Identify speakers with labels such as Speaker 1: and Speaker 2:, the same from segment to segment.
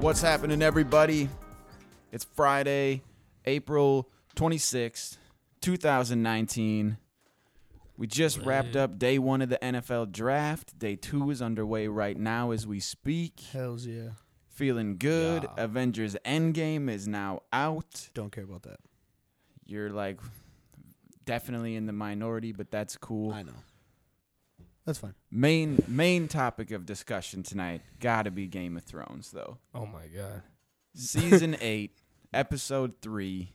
Speaker 1: What's happening, everybody? It's Friday, April 26th, 2019. We just wrapped up day one of the NFL draft. Day two is underway right now as we speak.
Speaker 2: Hells yeah.
Speaker 1: Feeling good. Avengers Endgame is now out.
Speaker 2: Don't care about that.
Speaker 1: You're like definitely in the minority, but that's cool.
Speaker 2: know. That's fine.
Speaker 1: Main main topic of discussion tonight gotta be Game of Thrones though.
Speaker 3: Oh my god.
Speaker 1: Season eight, episode three.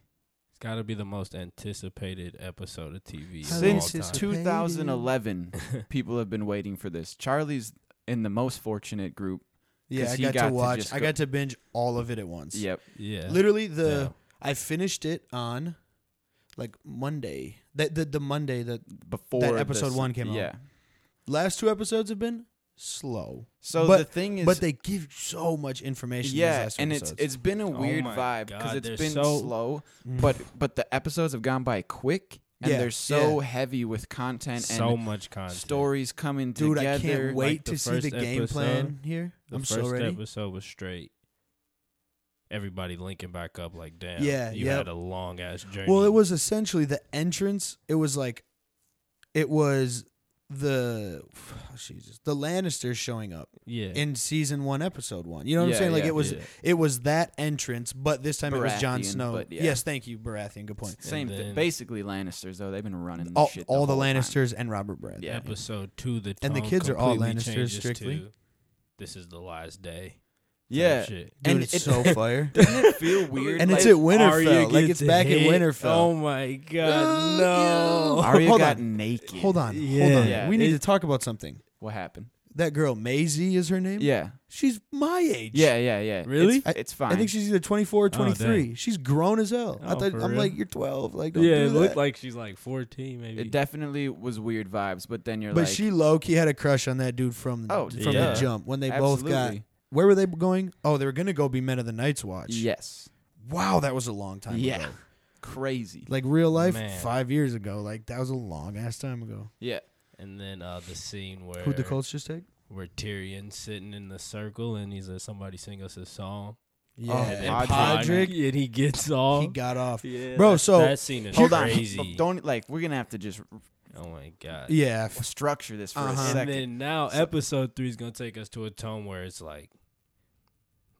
Speaker 3: It's got to be the most anticipated episode of TV
Speaker 2: How
Speaker 3: since
Speaker 1: Since
Speaker 2: long time.
Speaker 1: 2011, people have been waiting for this. Charlie's in the most fortunate group.
Speaker 2: Yeah,
Speaker 1: 'Cause
Speaker 2: I
Speaker 1: he
Speaker 2: got,
Speaker 1: got to
Speaker 2: to watch.
Speaker 1: just
Speaker 2: I
Speaker 1: go-
Speaker 2: got to binge all of it at once.
Speaker 1: Yep.
Speaker 3: Yeah.
Speaker 2: Literally the
Speaker 3: Yeah.
Speaker 2: I finished it on like Monday. That the, the Monday that
Speaker 1: Before
Speaker 2: That episode
Speaker 1: this-
Speaker 2: one came out.
Speaker 1: Yeah.
Speaker 2: last two episodes have been slow.
Speaker 1: So
Speaker 2: But-
Speaker 1: the thing is,
Speaker 2: but they give so much information.
Speaker 1: yeah,
Speaker 2: these last two
Speaker 1: and
Speaker 2: episodes.
Speaker 1: it's it's been a
Speaker 3: Oh
Speaker 1: weird
Speaker 3: my
Speaker 1: vibe because
Speaker 3: God,
Speaker 1: it's
Speaker 3: they're
Speaker 1: been
Speaker 3: so-
Speaker 1: slow,
Speaker 2: Mm.
Speaker 1: but but the episodes have gone by quick, and
Speaker 2: Yeah,
Speaker 1: they're so heavy with content
Speaker 3: so
Speaker 1: and
Speaker 3: much content.
Speaker 1: stories coming
Speaker 2: dude,
Speaker 1: together.
Speaker 2: I can't wait
Speaker 3: like, the
Speaker 2: to see the
Speaker 3: first
Speaker 2: game plan here.
Speaker 3: The
Speaker 2: I'm
Speaker 3: first
Speaker 2: so ready.
Speaker 3: episode was straight. Everybody linking back up like damn.
Speaker 2: Yeah,
Speaker 3: You
Speaker 2: yep.
Speaker 3: had a long ass journey.
Speaker 2: Well, it was essentially the entrance. It was like, it was the oh, Jesus, the Lannisters showing up
Speaker 3: yeah.
Speaker 2: in season one, episode one. You know what
Speaker 1: Yeah,
Speaker 2: I'm saying? Like
Speaker 1: yeah,
Speaker 2: it was,
Speaker 3: yeah.
Speaker 2: it was that entrance, but this time it was Jon
Speaker 1: Baratheon,
Speaker 2: Snow.
Speaker 1: but yeah.
Speaker 2: Yes, thank you, Baratheon. Good point.
Speaker 1: Same
Speaker 3: And
Speaker 1: thing.
Speaker 3: then-
Speaker 1: Basically, Lannisters though they've been running the
Speaker 2: All,
Speaker 1: shit.
Speaker 2: all the
Speaker 1: whole time.
Speaker 2: Lannisters and Robert Baratheon.
Speaker 1: Yeah.
Speaker 3: episode 2 the
Speaker 2: And the
Speaker 3: tone
Speaker 2: kids are all
Speaker 3: completely
Speaker 2: Lannisters
Speaker 3: changes
Speaker 2: strictly?
Speaker 3: to, This is the last day. type
Speaker 1: Yeah,
Speaker 3: Shit.
Speaker 2: Dude,
Speaker 1: And
Speaker 2: it's
Speaker 1: it-
Speaker 2: so fire.
Speaker 1: doesn't it feel weird?
Speaker 2: And
Speaker 1: like,
Speaker 2: it's at
Speaker 3: Arya
Speaker 2: Winterfell. Like
Speaker 3: gets
Speaker 2: it's back at
Speaker 3: hit. Oh
Speaker 2: Winterfell.
Speaker 3: my god. no.
Speaker 1: Arya
Speaker 2: Hold
Speaker 1: got
Speaker 2: on.
Speaker 1: naked.
Speaker 2: Hold on. Hold
Speaker 3: Yeah.
Speaker 2: on.
Speaker 1: Yeah.
Speaker 2: We need to
Speaker 3: It-
Speaker 2: talk about something.
Speaker 1: What happened?
Speaker 2: That girl, Maisie is her name?
Speaker 1: Yeah.
Speaker 2: She's my age.
Speaker 1: Yeah, yeah, yeah.
Speaker 3: Really?
Speaker 1: It's, it's fine.
Speaker 2: I think she's either 24 or
Speaker 3: Oh, dang.
Speaker 2: 23. she's grown as hell. I
Speaker 3: Oh,
Speaker 2: thought,
Speaker 3: for
Speaker 2: I'm
Speaker 3: real?
Speaker 2: like, you're 12. Like, don't
Speaker 3: Yeah,
Speaker 2: do
Speaker 3: it
Speaker 2: that.
Speaker 3: looked like she's like 14 maybe.
Speaker 1: it definitely was weird vibes, but then you're
Speaker 2: but
Speaker 1: like,
Speaker 2: she low key had a crush on that dude from
Speaker 1: Oh,
Speaker 2: from
Speaker 3: yeah.
Speaker 2: the jump when they
Speaker 1: absolutely.
Speaker 2: both got. Where were they going? Oh, they were gonna go be Men of the Night's Watch.
Speaker 1: yes,
Speaker 2: Wow, that was a long time
Speaker 1: yeah,
Speaker 2: ago.
Speaker 1: crazy,
Speaker 2: Like real life,
Speaker 3: Man.
Speaker 2: five years ago. Like that was a long ass time ago.
Speaker 1: yeah,
Speaker 3: and then uh the scene where
Speaker 2: Who'd the Colts just take?
Speaker 3: where Tyrion's sitting in the circle and he's like, somebody sing us a song.
Speaker 2: Yeah,
Speaker 1: and
Speaker 2: and
Speaker 1: Podrick.
Speaker 2: Oh, Podrick.
Speaker 3: Podrick, and he gets off.
Speaker 2: He got off.
Speaker 3: yeah,
Speaker 2: Bro,
Speaker 3: that-
Speaker 2: so-
Speaker 3: that scene is
Speaker 1: Hold on,
Speaker 3: crazy.
Speaker 1: don't like we're gonna have to just
Speaker 3: oh my god.
Speaker 2: Yeah, f-
Speaker 1: structure this for
Speaker 2: Uh-huh.
Speaker 1: a
Speaker 3: And
Speaker 1: second.
Speaker 3: then now episode three is gonna take us to a tone where it's like,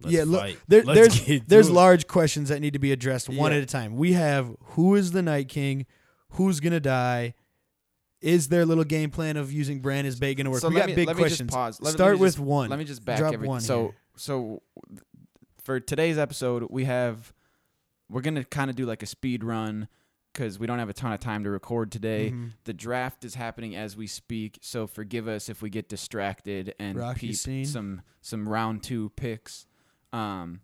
Speaker 3: let's
Speaker 2: yeah. Look,
Speaker 3: fight.
Speaker 2: there,
Speaker 3: Let's
Speaker 2: there's
Speaker 3: get
Speaker 2: there's
Speaker 3: through it.
Speaker 2: large questions that need to be addressed one
Speaker 1: Yeah.
Speaker 2: at a time. We have who is the Night King, who's gonna die, is their little game plan of using Bran as bait gonna work?
Speaker 1: so
Speaker 2: we
Speaker 1: let
Speaker 2: got
Speaker 1: me,
Speaker 2: big
Speaker 1: let me
Speaker 2: questions.
Speaker 1: Just pause. Let, let
Speaker 2: Start
Speaker 1: me
Speaker 2: with
Speaker 1: just,
Speaker 2: one.
Speaker 1: Let me just back
Speaker 2: Drop
Speaker 1: everything.
Speaker 2: one
Speaker 1: so
Speaker 2: here.
Speaker 1: so for today's episode, we have we're gonna kind of do like a speed run because we don't have a ton of time to record today.
Speaker 2: Mhm.
Speaker 1: The draft is happening as we speak, so forgive us if we get distracted and
Speaker 2: Rocky
Speaker 1: peep
Speaker 2: scene.
Speaker 1: some some round two picks. Um,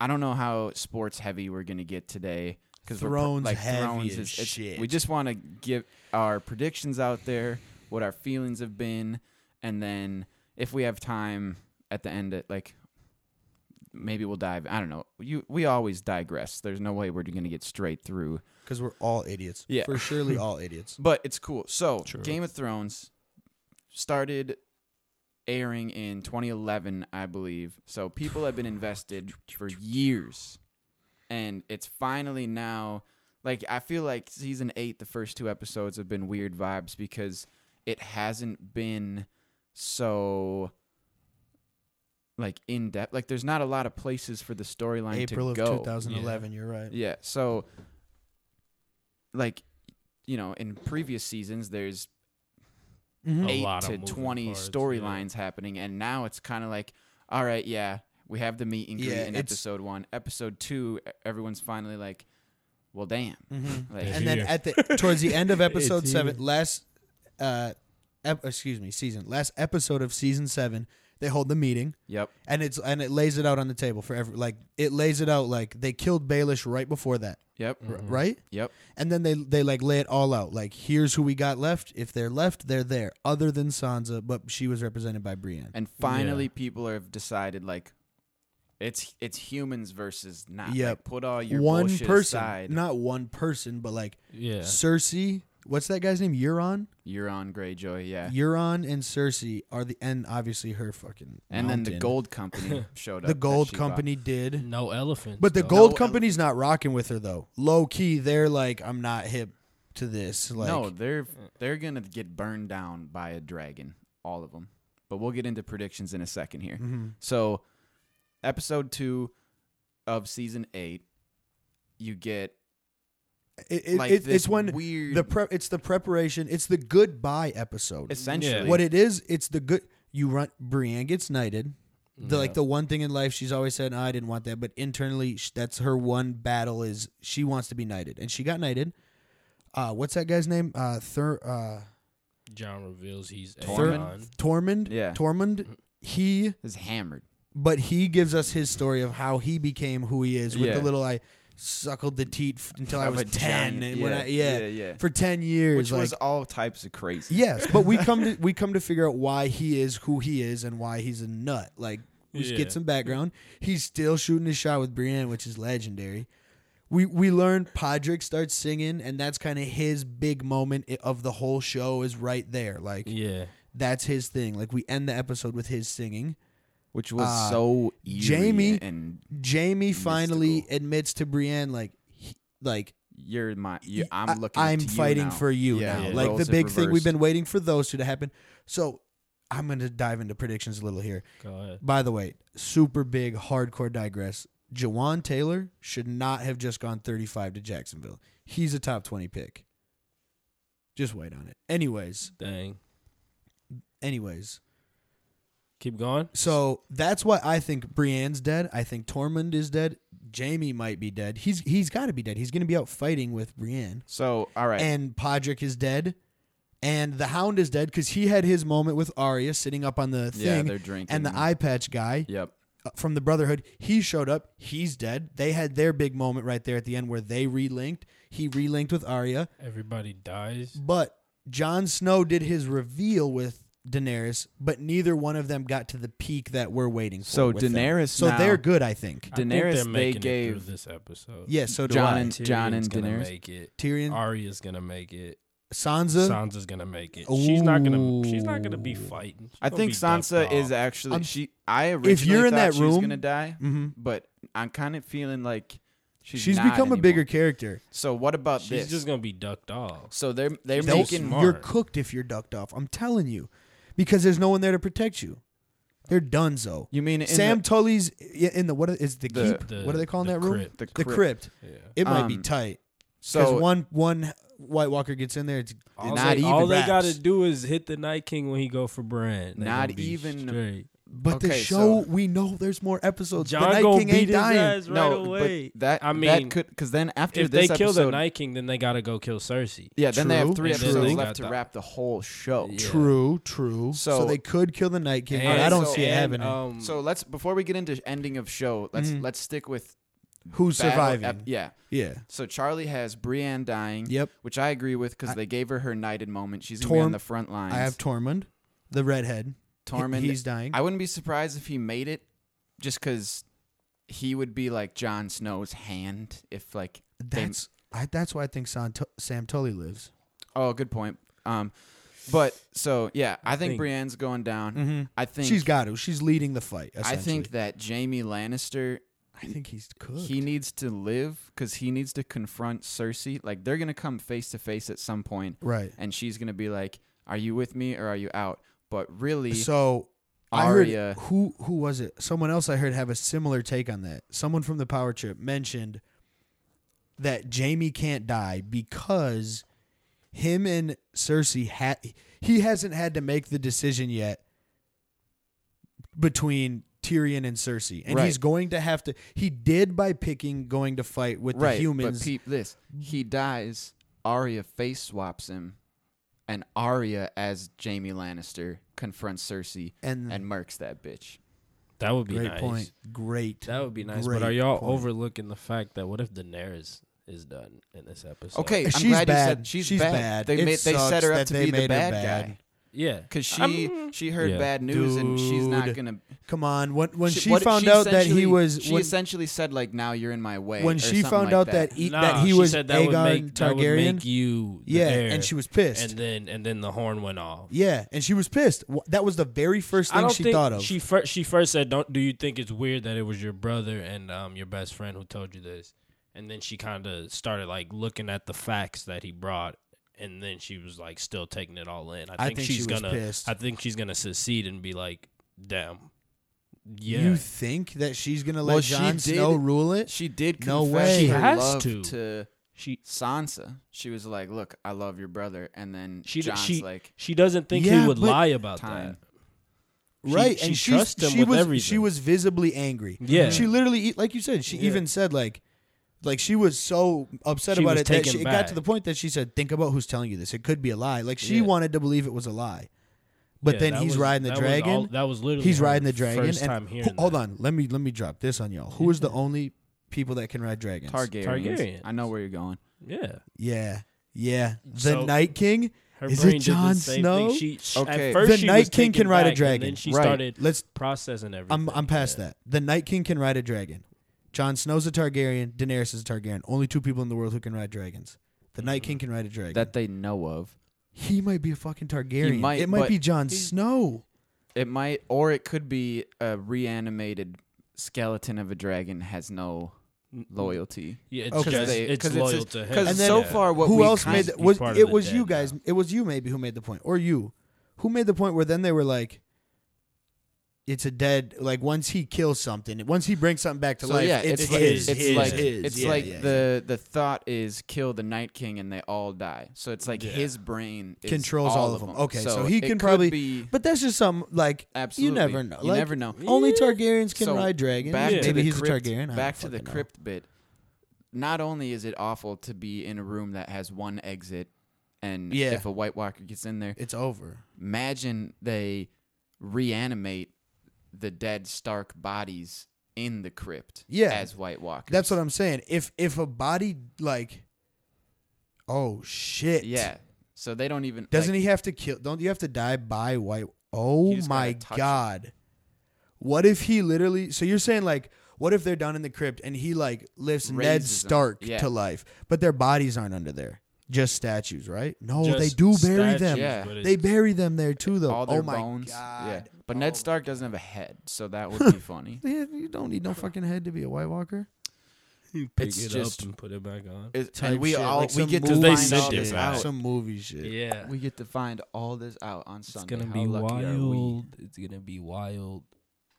Speaker 1: I don't know how sports heavy we're gonna get today because
Speaker 2: Thrones
Speaker 1: like
Speaker 2: heavy
Speaker 1: Thrones
Speaker 2: as
Speaker 1: is it's-
Speaker 2: shit.
Speaker 1: We just want to give our predictions out there, what our feelings have been, and then if we have time at the end, it, like maybe we'll dive. I don't know. You we always digress. There's no way we're gonna get straight through.
Speaker 2: Because we're all idiots.
Speaker 1: Yeah.
Speaker 2: For surely all idiots.
Speaker 1: But it's cool. So,
Speaker 3: True.
Speaker 1: Game of Thrones started airing in 2011, I believe. So, people have been invested for years. And it's finally now like I feel like season 8 the first two episodes have been weird vibes because it hasn't been so like in depth. Like there's not a lot of places for the storyline
Speaker 2: April
Speaker 1: to
Speaker 2: of
Speaker 1: go.
Speaker 2: 2011, you're right.
Speaker 1: Yeah. So, like, you know, in previous seasons, there's
Speaker 2: Mhm.
Speaker 3: A
Speaker 1: eight
Speaker 3: lot of
Speaker 1: to
Speaker 3: moving
Speaker 1: twenty
Speaker 3: parts, yeah.
Speaker 1: storylines happening, and now it's kind of like, all right, yeah, we have the meet and greet
Speaker 2: Yeah,
Speaker 1: in
Speaker 2: it's-
Speaker 1: episode one. Episode two, e- everyone's finally like, well, damn.
Speaker 2: Mhm.
Speaker 1: Like,
Speaker 3: Yeah.
Speaker 2: And then
Speaker 3: Here.
Speaker 2: at the towards the end of episode
Speaker 3: It's
Speaker 2: seven,
Speaker 3: here.
Speaker 2: last, uh, ep- excuse me, season last episode of season seven, they hold the meeting
Speaker 1: yep.
Speaker 2: and it's and it lays it out on the table for every like it lays it out like they killed Baelish right before that,
Speaker 1: Yep.
Speaker 2: r- right?
Speaker 1: Yep.
Speaker 2: And then they they like lay it all out like here's who we got left. If they're left, they're there. Other than Sansa, but she was represented by Brienne.
Speaker 1: And finally, people have decided like. It's it's humans versus not. Like,
Speaker 2: Yep.
Speaker 1: put all your
Speaker 2: one
Speaker 1: bullshit
Speaker 2: person,
Speaker 1: aside.
Speaker 2: not one person, but like
Speaker 3: Yeah.
Speaker 2: Cersei, What's that guy's name? Euron.
Speaker 1: Euron Greyjoy, yeah.
Speaker 2: Euron and Cersei are the and obviously her fucking.
Speaker 1: and then the
Speaker 2: mountain.
Speaker 1: Gold Company showed up.
Speaker 2: The
Speaker 1: that
Speaker 2: gold
Speaker 1: she Mm.
Speaker 2: company did,
Speaker 3: No elephants.
Speaker 2: but the
Speaker 3: though.
Speaker 2: gold
Speaker 1: No,
Speaker 2: company's not rocking with her though. Low key, they're like, I'm not hip to this.
Speaker 1: bought.
Speaker 2: Like,
Speaker 1: no, they're they're gonna get burned down by a dragon, all of them. But we'll get into predictions in a second here.
Speaker 2: Mhm.
Speaker 1: So, episode two of season eight, you get
Speaker 2: It- it-
Speaker 1: like
Speaker 2: it-
Speaker 1: this
Speaker 2: it's when
Speaker 1: weird,
Speaker 2: the pre- it's the preparation. It's the goodbye episode.
Speaker 1: essentially
Speaker 3: Yeah.
Speaker 2: what it is, it's the good. You run. Brienne gets knighted. The
Speaker 3: Yeah.
Speaker 2: like the one thing in life she's always said, "Oh, I didn't want that, but internally sh- that's her one battle is she wants to be knighted, and she got knighted. Uh, what's that guy's name? Uh, Thur, uh,
Speaker 3: John reveals he's
Speaker 1: Third-
Speaker 3: Aegon.
Speaker 2: Tormund.
Speaker 1: Yeah.
Speaker 2: Tormund. He,
Speaker 1: is hammered.
Speaker 2: but he gives us his story of how he became who he is with
Speaker 1: Yeah.
Speaker 2: the little I suckled the teat f- until I
Speaker 1: Of
Speaker 2: was
Speaker 1: a
Speaker 2: ten,
Speaker 1: giant-
Speaker 2: and when
Speaker 1: yeah,
Speaker 2: I yeah,
Speaker 1: yeah, yeah.
Speaker 2: for ten years,
Speaker 1: Which
Speaker 2: like,
Speaker 1: was all types of crazy.
Speaker 2: Yes, but we come to we come to figure out why he is who he is and why he's a nut. Like we just
Speaker 3: Yeah.
Speaker 2: get some background. He's still shooting his shot with Brienne, which is legendary. We we learn Podrick starts singing, and that's kind of his big moment i- of the whole show is right there. Like
Speaker 3: Yeah.
Speaker 2: that's his thing. Like we end the episode with his singing.
Speaker 1: Which was
Speaker 2: Uh,
Speaker 1: so eerie
Speaker 2: Jamie-
Speaker 1: and
Speaker 2: Jamie finally
Speaker 1: Mystical.
Speaker 2: admits to Brienne, like he, like
Speaker 1: you're my you,
Speaker 2: I-
Speaker 1: I'm looking.
Speaker 2: I'm
Speaker 1: to you
Speaker 2: fighting
Speaker 1: now.
Speaker 2: for you
Speaker 1: Yeah,
Speaker 2: now.
Speaker 3: yeah.
Speaker 2: Like the
Speaker 1: roles have
Speaker 2: big thing we've
Speaker 1: reversed.
Speaker 2: been waiting for those two to happen. So I'm gonna dive into predictions a little here.
Speaker 3: Go ahead.
Speaker 2: By the way, super big hardcore digress. Jawan Taylor should not have just gone 35 to Jacksonville. He's a top 20 pick. Just wait on it. Anyways,
Speaker 3: Dang.
Speaker 2: anyways.
Speaker 3: Keep going.
Speaker 2: So that's why I think Brienne's dead. I think Tormund is dead. Jamie might be dead. He's he's got to be dead. He's going to be out fighting with Brienne.
Speaker 1: So all right,
Speaker 2: and Podrick is dead, and the Hound is dead because he had his moment with Arya sitting up on the
Speaker 1: yeah,
Speaker 2: thing,
Speaker 1: they're drinking
Speaker 2: and the eye patch guy
Speaker 1: Yep,
Speaker 2: uh, from the Brotherhood. He showed up. He's dead. They had their big moment right there at the end where they relinked. He relinked with Arya,
Speaker 3: Everybody dies.
Speaker 2: but Jon Snow did his reveal with Daenerys, but neither one of them got to the peak that we're waiting for.
Speaker 1: So
Speaker 2: with them.
Speaker 1: Daenerys
Speaker 2: so
Speaker 1: now-
Speaker 2: they're good, I think.
Speaker 3: I think
Speaker 1: Daenerys,
Speaker 3: they're
Speaker 1: they
Speaker 3: making it through
Speaker 1: gave
Speaker 3: this episode.
Speaker 2: Yeah, so do
Speaker 1: Jon
Speaker 2: I.
Speaker 1: and- Jon
Speaker 3: Tyrion's
Speaker 1: and
Speaker 3: gonna
Speaker 1: Daenerys.
Speaker 3: make it.
Speaker 2: Tyrion,
Speaker 3: Arya's gonna make it.
Speaker 2: Sansa.
Speaker 3: Sansa's gonna make it. She's not gonna. She's not gonna be
Speaker 2: Ooh.
Speaker 3: fighting. She's
Speaker 1: I
Speaker 3: gonna
Speaker 1: think
Speaker 3: be dumped
Speaker 1: Sansa is
Speaker 3: off.
Speaker 1: actually
Speaker 2: I'm-
Speaker 1: she. I originally if you're in that she was
Speaker 2: room-
Speaker 1: gonna die,
Speaker 2: Mhm.
Speaker 1: but I'm kind of feeling like she's
Speaker 2: She's
Speaker 1: not
Speaker 2: become a
Speaker 1: anymore.
Speaker 2: bigger character.
Speaker 1: So what about
Speaker 3: She's
Speaker 1: this?
Speaker 3: just gonna be ducked off.
Speaker 1: so they're they're
Speaker 3: She's
Speaker 2: Nope.
Speaker 1: making
Speaker 3: smart.
Speaker 2: You're cooked if you're ducked off. I'm telling you, because there's no one there to protect you. They're donezo.
Speaker 1: You mean in
Speaker 2: Sam Tully's i- in the what is the,
Speaker 1: The-
Speaker 2: keep?
Speaker 3: The-
Speaker 2: what do they calling
Speaker 3: the
Speaker 2: that room?
Speaker 3: crypt.
Speaker 1: the, the
Speaker 2: The
Speaker 1: crypt.
Speaker 2: crypt.
Speaker 3: Yeah.
Speaker 2: It might be
Speaker 1: Um,
Speaker 2: tight because
Speaker 1: So
Speaker 2: one one White Walker gets in there. It's
Speaker 3: All,
Speaker 1: Not
Speaker 3: they,
Speaker 1: even
Speaker 3: all
Speaker 2: raps.
Speaker 3: they gotta do is hit the Night King when he go for Bran. They
Speaker 1: Not
Speaker 3: gonna be
Speaker 1: even-
Speaker 3: straight.
Speaker 2: but the
Speaker 1: Okay,
Speaker 2: show
Speaker 1: so-
Speaker 2: we know there's more episodes.
Speaker 3: John
Speaker 2: the Night
Speaker 3: gonna
Speaker 2: King
Speaker 3: beat
Speaker 2: ain't
Speaker 3: his
Speaker 2: dying.
Speaker 3: ass right
Speaker 1: no,
Speaker 3: away.
Speaker 1: but that
Speaker 3: I mean,
Speaker 1: that could because then after
Speaker 3: if they
Speaker 1: this
Speaker 3: kill
Speaker 1: episode,
Speaker 3: the Night King, then they gotta go kill Cersei.
Speaker 1: yeah, then they
Speaker 2: True.
Speaker 1: have three
Speaker 2: And then
Speaker 1: episodes
Speaker 2: they
Speaker 1: left
Speaker 3: got
Speaker 1: to
Speaker 3: that.
Speaker 1: wrap the whole show.
Speaker 3: Yeah.
Speaker 2: True, true. So,
Speaker 1: So-
Speaker 2: they could kill the Night King. but
Speaker 1: And
Speaker 2: I don't
Speaker 1: so-
Speaker 2: see it
Speaker 3: and,
Speaker 2: happening.
Speaker 3: Um,
Speaker 1: So let's before we get into ending of show, let's
Speaker 2: Mhm.
Speaker 1: let's stick with
Speaker 2: Who's
Speaker 1: battle
Speaker 2: surviving?
Speaker 1: ep- yeah.
Speaker 2: yeah.
Speaker 1: So Charlie has Brienne dying.
Speaker 2: Yep.
Speaker 1: which I agree with
Speaker 2: I-
Speaker 1: because they gave her her knighted moment. She's gonna be
Speaker 2: Torm-
Speaker 1: on the front lines.
Speaker 2: I have Tormund, the redhead. He-
Speaker 1: Tormund.
Speaker 2: He's dying.
Speaker 1: I wouldn't be surprised if he made it, just because he would be like Jon Snow's hand. If like, they-
Speaker 2: That's I, that's why I think San, Sam Tully lives.
Speaker 1: oh, good point. Um, but so yeah, I,
Speaker 3: I
Speaker 1: think,
Speaker 3: think-
Speaker 1: Brienne's going down.
Speaker 2: Mm-hmm.
Speaker 1: I think
Speaker 2: She's got to. She's leading the fight.
Speaker 1: I think
Speaker 2: essentially.
Speaker 1: that Jamie Lannister
Speaker 2: I think he's cooked.
Speaker 1: he needs to live because he needs to confront Cersei. Like they're gonna come face to face at some point,
Speaker 2: right.
Speaker 1: and she's gonna be like, "Are you with me or are you out?" But really,
Speaker 2: So I
Speaker 1: Arya.
Speaker 2: heard who who was it? Someone else I heard have a similar take on that. Someone from the power trip mentioned that Jamie can't die because him and Cersei had he hasn't had to make the decision yet between Tyrion and Cersei, and
Speaker 1: Right.
Speaker 2: he's going to have to. He did by picking going to fight with
Speaker 1: right,
Speaker 2: the humans.
Speaker 1: But peep this: he dies. Arya face swaps him, and Arya as Jamie Lannister confronts Cersei
Speaker 2: and,
Speaker 1: and murks that bitch.
Speaker 3: that would be
Speaker 2: great
Speaker 3: nice.
Speaker 2: point. Great.
Speaker 3: That would be nice.
Speaker 2: Great
Speaker 3: but are y'all
Speaker 2: point.
Speaker 3: overlooking the fact that what if Daenerys is done in this episode?
Speaker 1: Okay, I'm
Speaker 2: She's
Speaker 1: glad you
Speaker 2: bad.
Speaker 1: said she's,
Speaker 2: She's
Speaker 1: bad.
Speaker 2: bad.
Speaker 1: They
Speaker 2: It
Speaker 1: made they set
Speaker 2: sucks
Speaker 1: her up
Speaker 2: that
Speaker 1: to
Speaker 2: they
Speaker 1: be
Speaker 2: made
Speaker 1: the
Speaker 2: her
Speaker 1: bad,
Speaker 2: bad.
Speaker 1: guy.
Speaker 3: Yeah.
Speaker 1: Cause she
Speaker 3: I'm-
Speaker 1: she heard
Speaker 3: Yeah.
Speaker 1: bad news and she's not
Speaker 2: Dude.
Speaker 1: gonna.
Speaker 2: Come on, when when she,
Speaker 1: what-
Speaker 2: found out that he
Speaker 1: essentially-
Speaker 2: was
Speaker 1: she
Speaker 2: when,
Speaker 1: essentially said like, "Now you're in my way."
Speaker 2: when
Speaker 1: or
Speaker 2: she
Speaker 1: something
Speaker 2: found
Speaker 1: like
Speaker 2: out that he, that he
Speaker 3: she
Speaker 2: was
Speaker 3: said
Speaker 2: Aegon
Speaker 3: would make, that would
Speaker 2: Targaryen.
Speaker 3: make you the
Speaker 2: yeah,
Speaker 3: heir.
Speaker 2: and she was pissed.
Speaker 3: and then and then the horn went off.
Speaker 2: yeah, and she was pissed. Wh- That was the very first
Speaker 3: I
Speaker 2: thing
Speaker 3: don't
Speaker 2: she
Speaker 3: think
Speaker 2: thought of.
Speaker 3: she first she first said, "Don't do you think it's weird that it was your brother and um your best friend who told you this?" And then she kind of started like looking at the facts that he brought, and then she was like still taking it all in. I think,
Speaker 2: I think she
Speaker 3: she's
Speaker 2: was
Speaker 3: gonna.
Speaker 2: pissed.
Speaker 3: I think she's gonna secede and be like, "Damn, yeah."
Speaker 2: You think that she's gonna let
Speaker 1: Well, she
Speaker 2: Jon
Speaker 1: did-
Speaker 2: Snow rule it?
Speaker 1: she did confess
Speaker 2: No way. She
Speaker 1: her
Speaker 3: has
Speaker 1: love
Speaker 3: to.
Speaker 1: to
Speaker 3: she
Speaker 1: Sansa. She was like, "Look, I love your brother," and then
Speaker 3: she
Speaker 1: John's
Speaker 3: she
Speaker 1: like,
Speaker 3: she doesn't think
Speaker 2: Yeah,
Speaker 3: he would
Speaker 2: but-
Speaker 3: lie about
Speaker 1: Time.
Speaker 3: that. She-
Speaker 2: right,
Speaker 3: She,
Speaker 2: and she
Speaker 3: trusts him
Speaker 2: she
Speaker 3: with
Speaker 2: was
Speaker 3: everything.
Speaker 2: she was visibly angry.
Speaker 3: Yeah.
Speaker 2: she literally, e, like you said, she
Speaker 3: Yeah.
Speaker 2: even said like, like she was so upset
Speaker 3: She
Speaker 2: about
Speaker 3: was
Speaker 2: it that
Speaker 3: taken
Speaker 2: she, it got
Speaker 3: back.
Speaker 2: to the point that she said, "Think about who's telling you this. It could be a lie." Like she
Speaker 3: Yeah.
Speaker 2: wanted to believe it was a lie, but
Speaker 3: Yeah,
Speaker 2: then
Speaker 3: that
Speaker 2: he's
Speaker 3: was-
Speaker 2: riding the
Speaker 3: that was all-
Speaker 2: dragon.
Speaker 3: that was literally
Speaker 2: he's
Speaker 3: her
Speaker 2: riding the dragon.
Speaker 3: First
Speaker 2: and
Speaker 3: time
Speaker 2: who-
Speaker 3: hearing
Speaker 2: hold
Speaker 3: that.
Speaker 2: on, let me let me drop this on y'all. Who is the only people that can ride dragons?
Speaker 1: Targaryens.
Speaker 3: Targaryens.
Speaker 1: I know where you're going.
Speaker 3: Yeah.
Speaker 2: Yeah, yeah. The
Speaker 3: So-
Speaker 2: Night King.
Speaker 3: Her
Speaker 2: Is it
Speaker 3: brain
Speaker 2: Jon
Speaker 3: did the same
Speaker 2: Snow?
Speaker 3: Thing. She, sh-
Speaker 1: Okay.
Speaker 3: At first
Speaker 2: The
Speaker 3: she
Speaker 2: Night
Speaker 3: was
Speaker 2: King
Speaker 3: taken
Speaker 2: can ride a
Speaker 3: back, and
Speaker 2: dragon.
Speaker 3: then she
Speaker 1: Right.
Speaker 3: started
Speaker 2: Let's.
Speaker 3: processing everything.
Speaker 2: I'm I'm past that. The Night King can ride a dragon. Jon Snow's a Targaryen. Daenerys is a Targaryen. Only two people in the world who can ride dragons. The Night
Speaker 3: Mm.
Speaker 2: King can ride a dragon.
Speaker 1: That they know of.
Speaker 2: he might be a fucking Targaryen.
Speaker 1: might,
Speaker 2: it might
Speaker 1: but-
Speaker 2: be Jon Snow.
Speaker 1: It might, or it could be a reanimated skeleton of a dragon has no loyalty.
Speaker 3: Yeah, it's
Speaker 2: Okay.
Speaker 3: just
Speaker 1: They-
Speaker 3: it's
Speaker 1: 'cause
Speaker 3: loyal
Speaker 1: just-
Speaker 3: to him.
Speaker 1: 'cause
Speaker 2: And then-
Speaker 1: so far, what
Speaker 2: who
Speaker 1: we
Speaker 2: else
Speaker 1: kind-
Speaker 2: made the,
Speaker 3: he's
Speaker 2: was
Speaker 3: part of
Speaker 2: it
Speaker 3: the
Speaker 2: was you
Speaker 3: dead
Speaker 2: guys it was you maybe who made the point or you who made the point where then they were like it's a dead like once he kills something once he brings something back to
Speaker 1: So
Speaker 2: life
Speaker 1: yeah,
Speaker 2: it's,
Speaker 1: it's, like
Speaker 2: his,
Speaker 1: it's
Speaker 2: his,
Speaker 1: like
Speaker 2: his.
Speaker 1: it's
Speaker 2: Yeah,
Speaker 1: like
Speaker 2: yeah,
Speaker 1: the the thought is kill the Night King and they all die. So it's like
Speaker 3: Yeah.
Speaker 1: his brain is
Speaker 2: controls all of them. Okay, so, he
Speaker 1: it
Speaker 2: can
Speaker 1: could
Speaker 2: probably.
Speaker 1: be
Speaker 2: but that's just some like
Speaker 1: absolutely.
Speaker 2: you never know.
Speaker 1: You
Speaker 2: Like,
Speaker 1: never know.
Speaker 2: Only Targaryens can
Speaker 1: So,
Speaker 2: ride dragons.
Speaker 1: Back
Speaker 3: Yeah.
Speaker 1: to
Speaker 2: Maybe
Speaker 1: the
Speaker 2: he's
Speaker 1: crypt,
Speaker 2: a Targaryen. I don't
Speaker 1: Back to the
Speaker 2: fucking know.
Speaker 1: crypt bit. Not only is it awful to be in a room that has one exit, and
Speaker 2: Yeah.
Speaker 1: if a White Walker gets in there,
Speaker 2: It's over.
Speaker 1: imagine they reanimate the dead Stark bodies in the crypt.
Speaker 2: Yeah.
Speaker 1: as White Walkers.
Speaker 2: That's what I'm saying. If if a body like, oh shit,
Speaker 1: Yeah. So they don't even
Speaker 2: Doesn't
Speaker 1: like,
Speaker 2: he have to kill? Don't you have to die by white? Oh
Speaker 1: You just
Speaker 2: my
Speaker 1: gotta touch it.
Speaker 2: god! What if he literally? So you're saying like, what if they're down in the crypt and he like lifts Ned
Speaker 1: Raises 'em.
Speaker 2: Stark
Speaker 1: Yeah.
Speaker 2: to life, but their bodies aren't under there, just statues, right? No,
Speaker 3: Just
Speaker 2: Oh, they do bury
Speaker 3: statues,
Speaker 2: them.
Speaker 1: Yeah.
Speaker 3: but
Speaker 2: They
Speaker 3: it's-
Speaker 2: bury them there too, though.
Speaker 1: all their
Speaker 2: oh my
Speaker 1: bones? Yeah.
Speaker 2: god! Oh
Speaker 1: But Ned Stark doesn't have a head, so that would be funny.
Speaker 2: Yeah, you don't need no fucking head to be a White Walker.
Speaker 3: pick
Speaker 1: It's
Speaker 3: it
Speaker 1: just-
Speaker 3: up and put it back on.
Speaker 1: It,
Speaker 2: Type
Speaker 1: and we
Speaker 2: shit,
Speaker 1: all
Speaker 2: like
Speaker 1: we
Speaker 2: some
Speaker 1: get to
Speaker 2: movie
Speaker 3: They
Speaker 1: find
Speaker 3: sent
Speaker 1: all
Speaker 3: it
Speaker 1: this
Speaker 3: back.
Speaker 1: out.
Speaker 2: Some movie shit.
Speaker 3: yeah,
Speaker 1: We get to find all this out on
Speaker 3: it's
Speaker 1: Sunday.
Speaker 3: gonna
Speaker 1: How
Speaker 3: be
Speaker 1: lucky are we?
Speaker 3: wild. It's gonna be wild.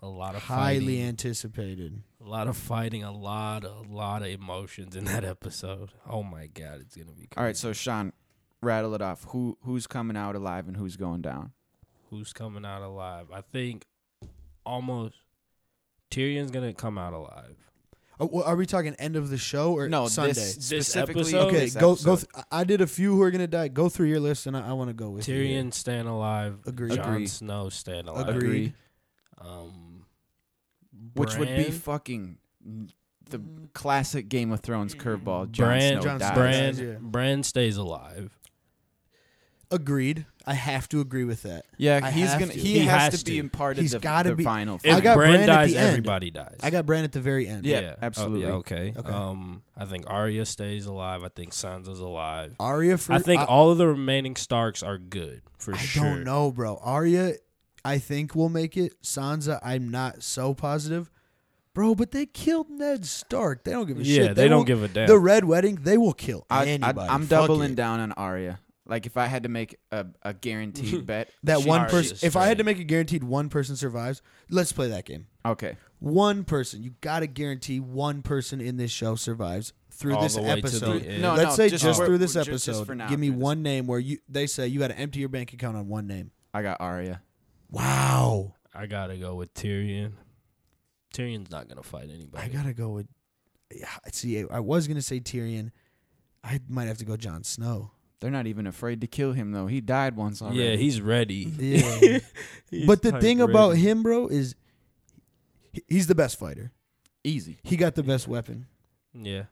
Speaker 3: A lot of
Speaker 2: Highly
Speaker 3: fighting,
Speaker 2: anticipated.
Speaker 3: a lot of fighting, a lot, a lot of emotions in that episode. Oh my god, it's gonna be. Crazy.
Speaker 1: All right, so Sean, rattle it off. Who who's coming out alive and who's going down?
Speaker 3: who's coming out alive? I think almost Tyrion's gonna come out alive.
Speaker 2: Oh, well, are we talking end of the show or
Speaker 1: No,
Speaker 2: Sunday?
Speaker 1: this specifically.
Speaker 3: episode?
Speaker 2: Okay,
Speaker 1: this
Speaker 2: go go.
Speaker 1: episode.
Speaker 2: Th- I I did a few who are gonna die. Go through your list, and I, I want to go with you here.
Speaker 3: Tyrion staying alive.
Speaker 2: Agreed.
Speaker 3: Jon
Speaker 1: Agreed.
Speaker 3: Snow staying alive.
Speaker 2: Agreed.
Speaker 1: Agree.
Speaker 3: Um,
Speaker 1: Which would be
Speaker 3: Bran-
Speaker 1: fucking the classic Game of Thrones curveball. Jon
Speaker 3: Bran,
Speaker 1: Snow
Speaker 2: Mm. Jon
Speaker 1: dies.
Speaker 2: Snow.
Speaker 3: Bran,
Speaker 2: Yeah.
Speaker 3: Bran stays alive.
Speaker 2: Agreed. I have to agree with that.
Speaker 1: Yeah,
Speaker 2: I
Speaker 1: he's
Speaker 2: have
Speaker 1: gonna.
Speaker 2: to.
Speaker 1: He,
Speaker 3: He
Speaker 1: has,
Speaker 3: has
Speaker 1: to be
Speaker 3: to.
Speaker 1: in part of
Speaker 2: He's
Speaker 1: the,
Speaker 2: gotta
Speaker 1: the
Speaker 2: be-
Speaker 1: final.
Speaker 3: If
Speaker 2: I got
Speaker 3: Bran
Speaker 2: Bran at
Speaker 3: dies,
Speaker 2: the end.
Speaker 3: everybody dies.
Speaker 2: I got Bran at the very end.
Speaker 1: Yeah,
Speaker 3: Oh,
Speaker 1: absolutely.
Speaker 3: okay.
Speaker 2: Okay.
Speaker 3: Um, I think Arya stays alive. I think Sansa's alive.
Speaker 2: Arya. For,
Speaker 3: I think all of the remaining Starks are good for
Speaker 2: I
Speaker 3: sure.
Speaker 2: don't know, bro. Arya, I think will make it. Sansa, I'm not so positive, bro. But they killed Ned Stark. They don't give a
Speaker 3: Yeah,
Speaker 2: shit.
Speaker 3: they, don't
Speaker 2: will-
Speaker 3: give a damn.
Speaker 2: The Red Wedding. They will kill
Speaker 1: I, I,
Speaker 2: anybody.
Speaker 1: I'm
Speaker 2: Fuck
Speaker 1: doubling
Speaker 2: it.
Speaker 1: down on Arya. Like if I had to make a, a guaranteed bet,
Speaker 2: That
Speaker 3: She-
Speaker 2: one
Speaker 3: Arya's
Speaker 2: person. If I had to
Speaker 3: straight.
Speaker 2: make a guaranteed one person survives, let's play that game.
Speaker 1: okay,
Speaker 2: one person you gotta guarantee one person in this show survives through
Speaker 3: All
Speaker 2: this
Speaker 3: the way to the
Speaker 2: episode
Speaker 3: end.
Speaker 1: No,
Speaker 2: let's
Speaker 1: no,
Speaker 2: say
Speaker 1: just
Speaker 2: just,
Speaker 1: for-
Speaker 2: through this
Speaker 1: just- just
Speaker 2: episode
Speaker 1: for now,
Speaker 2: give me
Speaker 1: for this-
Speaker 2: one name where you they say you gotta empty your bank account on one name
Speaker 1: I got Arya.
Speaker 2: wow
Speaker 3: I gotta go with Tyrion. Tyrion's not gonna fight anybody.
Speaker 2: i gotta go with yeah, see i was gonna say tyrion i might have to go Jon snow
Speaker 1: They're not even afraid to kill him though. He died once already.
Speaker 3: Yeah, he's ready.
Speaker 2: Yeah.
Speaker 3: He's
Speaker 2: but the
Speaker 3: like
Speaker 2: thing about
Speaker 3: ready.
Speaker 2: him bro is he- he's the best fighter
Speaker 1: easy.
Speaker 2: he got the best weapon
Speaker 3: yeah,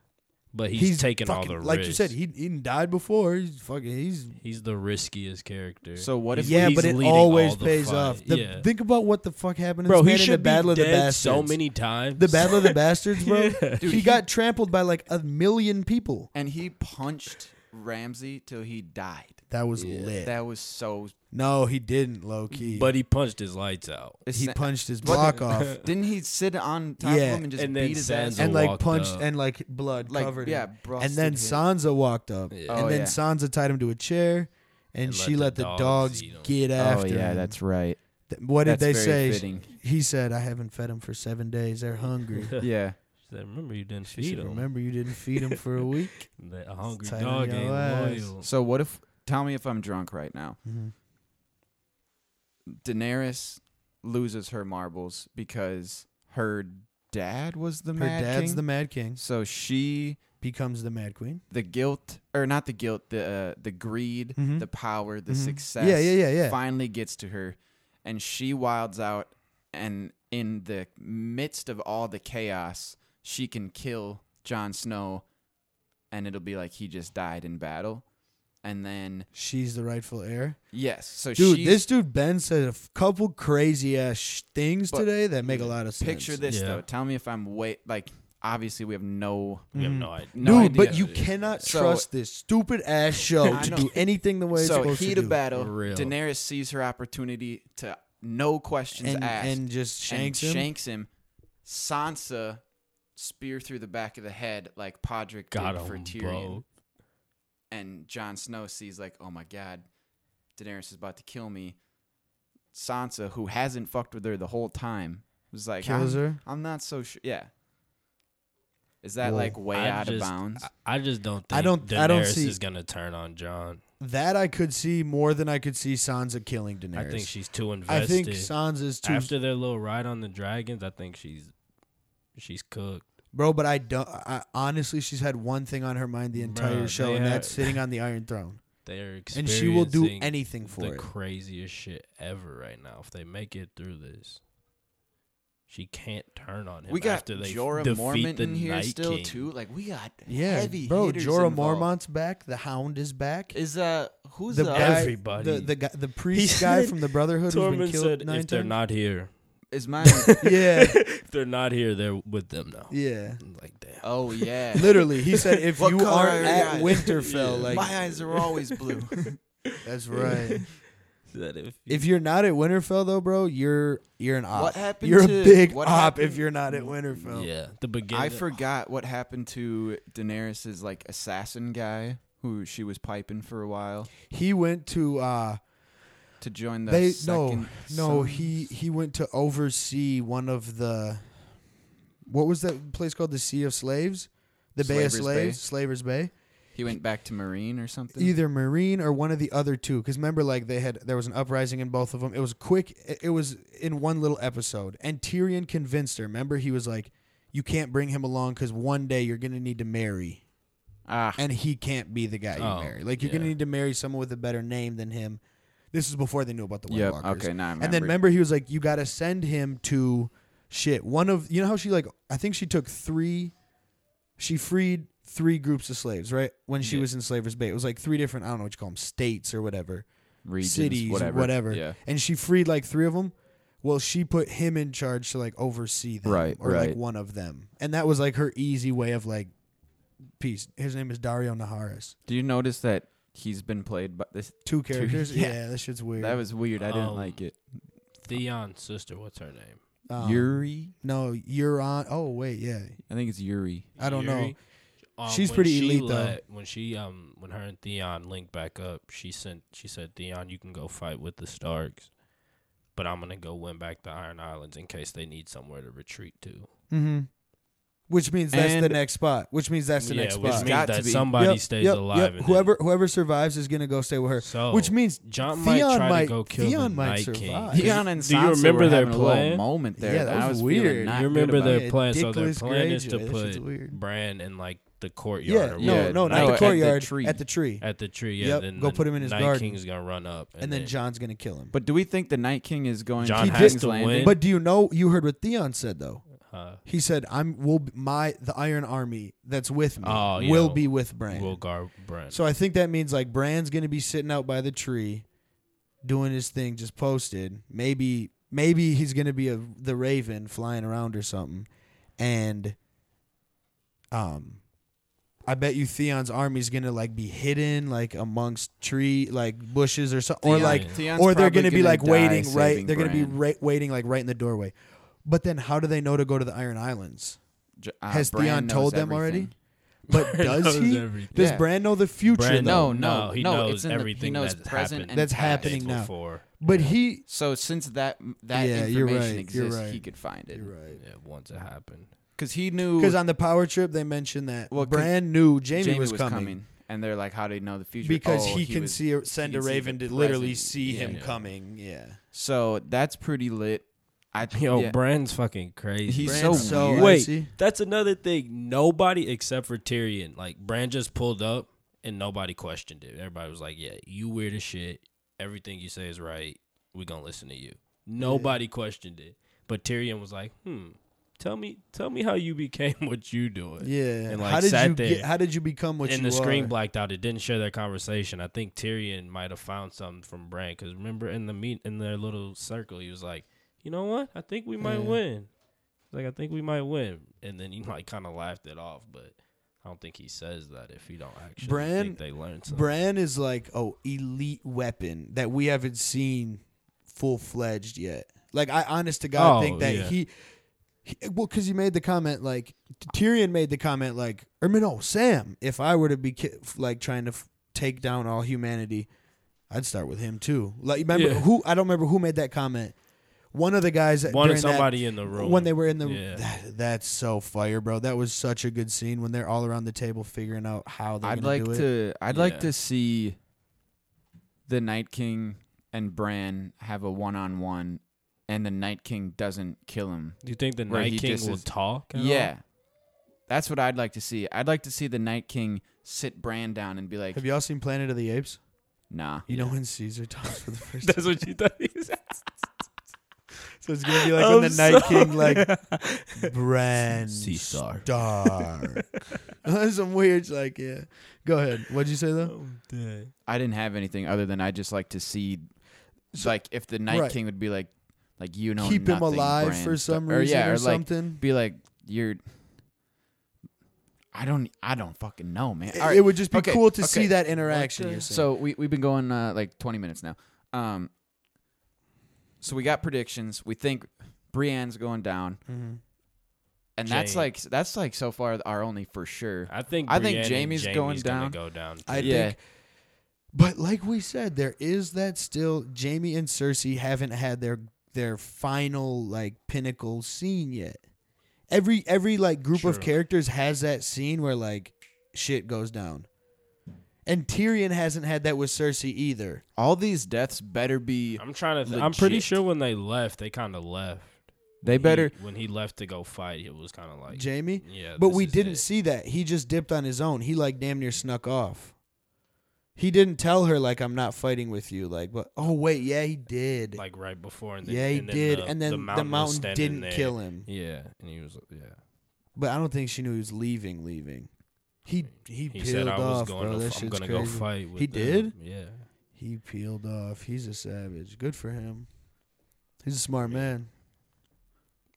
Speaker 3: but he's, taking
Speaker 2: fucking,
Speaker 3: all the
Speaker 2: like
Speaker 3: risks.
Speaker 2: you said. He, he died before. He's fucking. He's
Speaker 3: he's the riskiest character.
Speaker 1: So what if
Speaker 2: yeah,
Speaker 1: he's
Speaker 2: but it
Speaker 3: leading all
Speaker 2: always
Speaker 3: the
Speaker 2: pays
Speaker 3: fight,
Speaker 2: off. The-
Speaker 3: yeah.
Speaker 2: Think about what the fuck happened. To
Speaker 3: bro,
Speaker 2: this
Speaker 3: he
Speaker 2: man in the
Speaker 3: should
Speaker 2: Battle
Speaker 3: be
Speaker 2: of the
Speaker 3: dead
Speaker 2: Bastards.
Speaker 3: so many times.
Speaker 2: The Battle of the Bastards, bro.
Speaker 3: Yeah.
Speaker 2: he, got trampled by like a million people.
Speaker 1: and he punched Ramsey till he died.
Speaker 2: That was
Speaker 3: Yeah.
Speaker 2: lit.
Speaker 1: That was so.
Speaker 2: no, he didn't. Low key,
Speaker 3: but he punched his lights out.
Speaker 2: he
Speaker 1: Sa-
Speaker 2: punched his
Speaker 1: What
Speaker 2: block
Speaker 1: the-
Speaker 2: off
Speaker 1: Didn't he sit on top
Speaker 2: Yeah,
Speaker 1: of him and just
Speaker 3: and then
Speaker 1: beat his
Speaker 3: Sansa
Speaker 1: ass?
Speaker 2: and
Speaker 3: Sansa
Speaker 2: like
Speaker 3: walked
Speaker 2: punched
Speaker 3: up.
Speaker 2: and like blood covered
Speaker 1: Like yeah,
Speaker 2: him.
Speaker 1: busted
Speaker 2: And then
Speaker 1: him.
Speaker 2: Sansa walked up,
Speaker 3: Yeah.
Speaker 2: and
Speaker 1: Oh,
Speaker 2: then
Speaker 1: yeah.
Speaker 2: Sansa tied him to a chair, and,
Speaker 3: And
Speaker 2: she
Speaker 3: let
Speaker 2: let
Speaker 3: the
Speaker 2: the
Speaker 3: dogs
Speaker 2: dogs,
Speaker 3: eat him. Oh,
Speaker 2: get after him.
Speaker 1: right.
Speaker 2: Th- What did
Speaker 1: That's
Speaker 2: they say?
Speaker 1: very fitting.
Speaker 2: He said, "I haven't fed them for seven days. They're hungry."
Speaker 1: Yeah,
Speaker 3: She said, remember you didn't
Speaker 2: She
Speaker 3: feed
Speaker 2: said,
Speaker 3: him.
Speaker 2: "Remember, you didn't feed them for a week."
Speaker 3: That a hungry
Speaker 2: tight on
Speaker 3: dog
Speaker 2: your
Speaker 3: ain't
Speaker 2: ass.
Speaker 3: loyal.
Speaker 1: So what if? Tell me if I'm drunk right now.
Speaker 2: Mhm.
Speaker 1: Daenerys loses her marbles because her dad was the
Speaker 2: Her
Speaker 1: Mad
Speaker 2: dad's
Speaker 1: King.
Speaker 2: the Mad King.
Speaker 1: so she,
Speaker 2: Becomes the Mad Queen.
Speaker 1: the guilt or not the guilt, the uh, the greed,
Speaker 2: Mhm.
Speaker 1: the power, the
Speaker 2: Mhm.
Speaker 1: success.
Speaker 2: Yeah, yeah, yeah, yeah.
Speaker 1: Finally gets to her, and she wilds out. And in the midst of all the chaos, she can kill Jon Snow, and it'll be like he just died in battle. And then
Speaker 2: She's the rightful heir.
Speaker 1: yes, so
Speaker 2: Dude,
Speaker 1: she's
Speaker 2: this dude Ben said a f- couple crazy ass sh- things
Speaker 1: But-
Speaker 2: today that make a lot of sense.
Speaker 1: Picture this
Speaker 3: Yeah.
Speaker 1: though. Tell me if I'm way like obviously we have no
Speaker 3: We have
Speaker 2: Mhm.
Speaker 3: no idea.
Speaker 1: no
Speaker 2: dude, but
Speaker 1: idea.
Speaker 2: you cannot
Speaker 1: So-
Speaker 2: trust this stupid ass show
Speaker 1: I
Speaker 2: to
Speaker 1: know.
Speaker 2: do anything the way it's
Speaker 1: so
Speaker 2: supposed
Speaker 1: heat
Speaker 2: to
Speaker 1: of
Speaker 2: do.
Speaker 1: battle.
Speaker 3: For real.
Speaker 1: Daenerys sees her opportunity to no questions
Speaker 2: and,
Speaker 1: asked
Speaker 2: and just
Speaker 1: and
Speaker 2: shanks him.
Speaker 1: shanks him. Sansa spear through the back of the head like Podrick
Speaker 3: Got
Speaker 1: did for
Speaker 3: him,
Speaker 1: Tyrion.
Speaker 3: bro.
Speaker 1: And Jon Snow sees like, oh my god, Daenerys is about to kill me. Sansa, who hasn't fucked with her the whole time, was like,
Speaker 2: Kills
Speaker 1: I'm,
Speaker 2: her.
Speaker 1: I'm not so sure. Yeah. Is that
Speaker 2: Whoa.
Speaker 1: like way
Speaker 3: I
Speaker 1: out of
Speaker 3: just-
Speaker 1: bounds?
Speaker 3: I, I just don't. Think
Speaker 2: I don't-
Speaker 3: Daenerys
Speaker 2: I don't see-
Speaker 3: is gonna turn on John.
Speaker 2: That I could see more than I could see Sansa killing Daenerys.
Speaker 3: I think she's too
Speaker 2: I
Speaker 3: invested.
Speaker 2: think Sansa's too
Speaker 3: after their little ride on the dragons, I think she's she's cooked.
Speaker 2: bro. But I don't. I, honestly, she's had one thing on her mind the entire
Speaker 3: Bruh,
Speaker 2: show,
Speaker 3: they
Speaker 2: and
Speaker 3: had-
Speaker 2: that's sitting on the Iron Throne.
Speaker 3: They're
Speaker 2: And she will do
Speaker 3: experiencing
Speaker 2: anything for
Speaker 3: the
Speaker 2: it.
Speaker 3: craziest shit ever right now. If they make it through this, she can't turn on him.
Speaker 1: we got
Speaker 3: after they
Speaker 1: Jorah
Speaker 3: defeat
Speaker 1: Mormont
Speaker 3: the
Speaker 1: in here
Speaker 3: Night
Speaker 1: still
Speaker 3: King.
Speaker 1: too. Like we got
Speaker 2: Yeah,
Speaker 1: heavy
Speaker 2: bro.
Speaker 1: hitters
Speaker 2: Jorah
Speaker 1: involved.
Speaker 2: Mormont's back. The Hound is back.
Speaker 1: is uh who's
Speaker 2: the
Speaker 1: the
Speaker 2: guy,
Speaker 1: other-
Speaker 3: Everybody.
Speaker 2: the the, guy, the priest guy
Speaker 3: said-
Speaker 2: from the Brotherhood who's been
Speaker 3: Tormund
Speaker 2: killed
Speaker 3: said,
Speaker 2: nine
Speaker 3: "If they're
Speaker 2: times.
Speaker 3: not here,
Speaker 1: is mine?
Speaker 2: yeah,
Speaker 3: if they're not here, they're with them now."
Speaker 2: yeah.
Speaker 3: I'm like damn.
Speaker 1: oh yeah,
Speaker 2: Literally, he said, "If
Speaker 1: What
Speaker 2: you
Speaker 1: color are
Speaker 2: aren't
Speaker 1: your
Speaker 2: at
Speaker 1: eyes?
Speaker 2: Winterfell,
Speaker 3: Yeah.
Speaker 2: like
Speaker 1: my eyes are always blue.
Speaker 2: that's right.
Speaker 3: That if,
Speaker 2: If you're not at Winterfell, though, bro, you're you're an op.
Speaker 1: What happened
Speaker 2: You're a
Speaker 1: to-
Speaker 2: big
Speaker 1: what
Speaker 2: op
Speaker 1: happened-
Speaker 2: if you're not at Winterfell.
Speaker 3: yeah, the beginning.
Speaker 1: I forgot what happened to Daenerys's like assassin guy who she was piping for a while
Speaker 2: He went to uh,
Speaker 1: to join the
Speaker 2: they no
Speaker 1: second
Speaker 2: no
Speaker 1: son.
Speaker 2: he he went to oversee one of the what was that place called the Sea of Slaves, the Bay
Speaker 1: Slaver's
Speaker 2: of
Speaker 1: Bay?
Speaker 2: Slaves, Slavers Bay.
Speaker 1: he went back to Marine or something.
Speaker 2: either marine or one of the other two because remember like they had there was an uprising in both of them it was quick it- it was in one little episode and tyrion convinced her remember he was like you can't bring him along because one day you're gonna need to marry
Speaker 1: ah,
Speaker 2: and he can't be the guy you
Speaker 3: Oh,
Speaker 2: marry like you're gonna
Speaker 3: yeah.
Speaker 2: need to marry someone with a better name than him this is before they knew about the White
Speaker 1: yep.
Speaker 2: Walkers.
Speaker 1: Okay, now I remember.
Speaker 2: and then remember he was like you gotta send him to shit one of you know how she like i think she took three she freed three groups of slaves right when she
Speaker 3: Yeah.
Speaker 2: was in slavers bay it was like three different i don't know what you call them states or whatever
Speaker 1: Regions,
Speaker 2: cities
Speaker 1: whatever,
Speaker 2: whatever.
Speaker 1: Yeah,
Speaker 2: and she freed like three of them well she put him in charge to like oversee them
Speaker 1: Right,
Speaker 2: or like
Speaker 1: right.
Speaker 2: one of them and that was like her easy way of like peace his name is dario naharis
Speaker 1: Do you notice that he's been played by this?
Speaker 2: two characters
Speaker 1: yeah.
Speaker 2: yeah. that shit's weird
Speaker 1: That was weird. I didn't
Speaker 3: Um,
Speaker 1: like it.
Speaker 3: Theon's sister. What's her name?
Speaker 2: Um,
Speaker 1: Yuri,
Speaker 2: no you're on oh wait yeah
Speaker 1: I think it's Yuri.
Speaker 2: i don't know
Speaker 3: Yuri? Um,
Speaker 2: She's
Speaker 3: when
Speaker 2: pretty
Speaker 3: she
Speaker 2: elite, though.
Speaker 3: let- When she um when her and Theon linked back up, she sent she said Theon, you can go fight with the Starks, but I'm gonna go win back the Iron Islands in case they need somewhere to retreat to.
Speaker 2: Mm-hmm. Which means that's the
Speaker 1: And-
Speaker 2: next spot. Which means that's the
Speaker 3: yeah,
Speaker 2: next
Speaker 3: which
Speaker 2: spot.
Speaker 3: means
Speaker 1: Got to
Speaker 3: that
Speaker 1: be.
Speaker 3: somebody
Speaker 2: Yep,
Speaker 3: stays
Speaker 2: yep,
Speaker 3: alive. Oh.
Speaker 2: yep.
Speaker 3: and then-
Speaker 2: Whoever whoever survives is gonna go stay with her.
Speaker 3: So
Speaker 2: which means
Speaker 3: John
Speaker 2: Theon
Speaker 3: might try
Speaker 2: might-
Speaker 3: to go kill
Speaker 2: Theon
Speaker 3: the
Speaker 2: might
Speaker 3: Night
Speaker 2: survive.
Speaker 3: King.
Speaker 1: Theon and Sansa
Speaker 3: Do you remember
Speaker 1: were
Speaker 3: their
Speaker 1: having a little
Speaker 3: plan?
Speaker 1: moment there.
Speaker 2: Yeah,
Speaker 1: that
Speaker 2: that was
Speaker 1: was, feeling
Speaker 2: weird.
Speaker 1: not
Speaker 3: You
Speaker 1: good
Speaker 3: remember
Speaker 1: about
Speaker 3: their
Speaker 1: it.
Speaker 2: Yeah,
Speaker 3: plan? So their
Speaker 2: Dickless
Speaker 3: plan is to
Speaker 2: Greyjoy, that shit's
Speaker 3: put
Speaker 2: weird.
Speaker 3: Bran in like the courtyard.
Speaker 2: yeah, no,
Speaker 3: or
Speaker 1: Yeah,
Speaker 3: whatever.
Speaker 2: no, not
Speaker 1: no, at
Speaker 2: the
Speaker 1: the
Speaker 2: courtyard, at the tree.
Speaker 1: tree.
Speaker 3: at the tree. Yeah,
Speaker 2: Yep,
Speaker 3: then
Speaker 2: go
Speaker 3: the
Speaker 2: put him in his
Speaker 3: Night
Speaker 2: garden.
Speaker 3: King's gonna run up,
Speaker 2: and then John's gonna kill him.
Speaker 1: But do we think the Night King is going
Speaker 3: John
Speaker 1: to
Speaker 2: has
Speaker 1: King's
Speaker 3: to
Speaker 1: Landing?
Speaker 3: win.
Speaker 2: But do you know you heard what Theon said though?
Speaker 3: uh,
Speaker 2: He said, "I'm will b- my the Iron Army that's with me
Speaker 3: Oh, yeah.
Speaker 2: will be with Bran."
Speaker 3: Wilgar Brand.
Speaker 2: So I think that means like Bran's gonna be sitting out by the tree, doing his thing, just posted. Maybe maybe he's gonna be a the Raven flying around or something, and um, I bet you Theon's army's gonna like be hidden like amongst tree like bushes or something, or
Speaker 1: Theon-
Speaker 2: like
Speaker 1: Theon's
Speaker 2: or they're
Speaker 1: probably
Speaker 2: gonna be like
Speaker 1: die
Speaker 2: waiting right.
Speaker 1: saving
Speaker 2: They're gonna be
Speaker 1: Bran.
Speaker 2: right, waiting like right in the doorway. But then how do they know to go to the Iron Islands?
Speaker 1: J- uh,
Speaker 2: Has
Speaker 1: Bran
Speaker 2: Theon
Speaker 1: knows
Speaker 2: told them already?
Speaker 1: everything.
Speaker 2: But
Speaker 3: Bran
Speaker 2: does
Speaker 3: knows
Speaker 2: he?
Speaker 3: everything.
Speaker 2: Does
Speaker 1: Yeah.
Speaker 2: Bran know the future?
Speaker 3: Bran-
Speaker 2: though?
Speaker 1: No, no,
Speaker 3: no, he
Speaker 1: no,
Speaker 3: knows
Speaker 1: it's in the- he
Speaker 3: everything
Speaker 1: knows
Speaker 3: that's
Speaker 1: present
Speaker 3: happened.
Speaker 1: and
Speaker 2: That's
Speaker 1: past.
Speaker 2: happening now.
Speaker 3: before.
Speaker 2: But he
Speaker 1: So since that that
Speaker 2: Yeah, you're
Speaker 1: information
Speaker 2: right, you're
Speaker 1: exists, he
Speaker 2: right.
Speaker 1: could find it
Speaker 2: right.
Speaker 3: Yeah, once it happened.
Speaker 1: because he knew
Speaker 2: Because on the power trip, they mentioned that
Speaker 1: Well, 'cause
Speaker 2: Bran knew Jamie,
Speaker 1: Jamie,
Speaker 2: was, coming,
Speaker 1: and they're like, "How do you know the future?"
Speaker 2: because
Speaker 1: Oh,
Speaker 2: he, can
Speaker 1: was-
Speaker 2: see send
Speaker 1: he
Speaker 2: a
Speaker 1: can see
Speaker 2: raven
Speaker 1: the
Speaker 2: to literally
Speaker 1: present.
Speaker 2: see
Speaker 1: Yeah.
Speaker 2: him
Speaker 3: Yeah.
Speaker 2: coming. Yeah,
Speaker 1: So that's pretty lit. I
Speaker 3: Yo,
Speaker 1: yeah.
Speaker 3: Bran's fucking crazy.
Speaker 1: He's so
Speaker 3: bro.
Speaker 2: Bran's so
Speaker 1: weird.
Speaker 3: Wait,
Speaker 2: icy.
Speaker 3: that's another thing. Nobody except for Tyrion, like Bran, just pulled up and nobody questioned it. Everybody was like, "Yeah, you weird as shit. Everything you say is right. We're gonna listen to you." Nobody questioned it, but Tyrion was like, "Hmm, tell me, tell me how you became what you doing."
Speaker 2: yeah.
Speaker 3: and like
Speaker 2: how did
Speaker 3: sat
Speaker 2: you
Speaker 3: there.
Speaker 2: get? How did you become what
Speaker 3: and
Speaker 2: you
Speaker 3: the screen
Speaker 2: are?
Speaker 3: blacked out. It didn't share their conversation. I think Tyrion might have found something from Bran because remember in the meet in their little circle, he was like, "You know what? I think we might
Speaker 2: Yeah.
Speaker 3: win." Like I think we might win, and then he like kind of laughed it off. But I don't think he says that if he don't actually
Speaker 2: Bran-
Speaker 3: think they learned something.
Speaker 2: Bran is like oh elite weapon that we haven't seen full fledged yet. Like I honest to God
Speaker 3: Oh,
Speaker 2: think that
Speaker 3: yeah.
Speaker 2: he, he well because he made the comment like Tyrion made the comment like or no Sam if I were to be ki- like trying to f- take down all humanity, I'd start with him too. Like remember
Speaker 3: Yeah.
Speaker 2: who I don't remember who made that comment. One of the guys that
Speaker 3: Wanted
Speaker 2: during that-
Speaker 3: somebody in the room
Speaker 2: when they were in the
Speaker 3: Yeah.
Speaker 2: that, that's so fire, bro. That was such a good scene when they're all around the table figuring out how they're
Speaker 1: I'd
Speaker 2: gonna
Speaker 1: like
Speaker 2: do it.
Speaker 1: to. I'd
Speaker 3: Yeah.
Speaker 1: like to see the Night King and Bran have a one-on-one, and the Night King doesn't kill him.
Speaker 3: Do you think the
Speaker 1: Where
Speaker 3: Night
Speaker 1: he
Speaker 3: King
Speaker 1: just
Speaker 3: will
Speaker 1: is-
Speaker 3: talk? at all?
Speaker 1: Yeah, that's what I'd like to see. I'd like to see the Night King sit Bran down and be like,
Speaker 2: Have y'all seen Planet of the Apes?
Speaker 1: "Nah."
Speaker 2: You know when Caesar talks for the first time.
Speaker 3: that's what you thought. He said.
Speaker 2: So it's gonna be like
Speaker 3: I'm
Speaker 2: when the Night
Speaker 3: so-
Speaker 2: King like Bran
Speaker 3: Caesar.
Speaker 2: Stark. Some weird like yeah. Go ahead. What'd you say though?
Speaker 3: Oh, dang.
Speaker 1: I didn't have anything other than I just like to see, like if the Night
Speaker 2: right.
Speaker 1: King would be like, like you know,
Speaker 2: Keep him
Speaker 1: nothing,
Speaker 2: alive
Speaker 1: Bran
Speaker 2: for
Speaker 1: Star-
Speaker 2: some reason or,
Speaker 1: yeah, like
Speaker 2: something.
Speaker 1: be like, you're. I don't. I don't fucking know, man.
Speaker 2: It-
Speaker 1: All right.
Speaker 2: It would just be
Speaker 1: okay,
Speaker 2: cool to
Speaker 1: okay.
Speaker 2: see that interaction. you're saying.
Speaker 1: So we we've been going uh, like twenty minutes now. Um. So we got predictions. We think Brienne's going down,
Speaker 2: Mhm.
Speaker 1: and that's
Speaker 3: Jane.
Speaker 1: like that's like so far our only for sure.
Speaker 3: I think
Speaker 1: I think
Speaker 3: Brienne and
Speaker 1: Jaime's going
Speaker 3: gonna
Speaker 1: down.
Speaker 3: Go down.
Speaker 2: I
Speaker 3: too.
Speaker 1: yeah.
Speaker 2: think But like we said, there is that still. Jamie and Cersei haven't had their their final like pinnacle scene yet. Every every like group of
Speaker 3: True.
Speaker 2: characters has that scene where like shit goes down. And Tyrion hasn't had that with Cersei either.
Speaker 1: All these deaths better be.
Speaker 3: I'm trying to. Th- I'm pretty
Speaker 1: Legit.
Speaker 3: sure when they left, they kind of left.
Speaker 1: They
Speaker 3: He-
Speaker 1: better.
Speaker 3: when he left to go fight, it was kind of like
Speaker 2: Jamie?
Speaker 3: Yeah,
Speaker 2: But
Speaker 3: this
Speaker 2: we
Speaker 3: is
Speaker 2: didn't
Speaker 3: it.
Speaker 2: see that. He just dipped on his own. He like damn near snuck off. He didn't tell her like I'm not fighting with you like but oh wait, yeah, he did.
Speaker 3: like right before. And then,
Speaker 2: yeah, he
Speaker 3: and then
Speaker 2: did.
Speaker 3: the-
Speaker 2: and then the mountain,
Speaker 3: was standing
Speaker 2: didn't
Speaker 3: there.
Speaker 2: kill him.
Speaker 3: Yeah, and he was yeah.
Speaker 2: But I don't think she knew he was leaving. Leaving. He he,
Speaker 3: He
Speaker 2: peeled
Speaker 3: said I was
Speaker 2: off,
Speaker 3: going.
Speaker 2: bro.
Speaker 3: to,
Speaker 2: That
Speaker 3: f- I'm
Speaker 2: shit's
Speaker 3: gonna
Speaker 2: crazy.
Speaker 3: go fight. With
Speaker 2: He
Speaker 3: them.
Speaker 2: did?
Speaker 3: Yeah,
Speaker 2: He peeled off. He's a savage. Good for him. He's a smart man.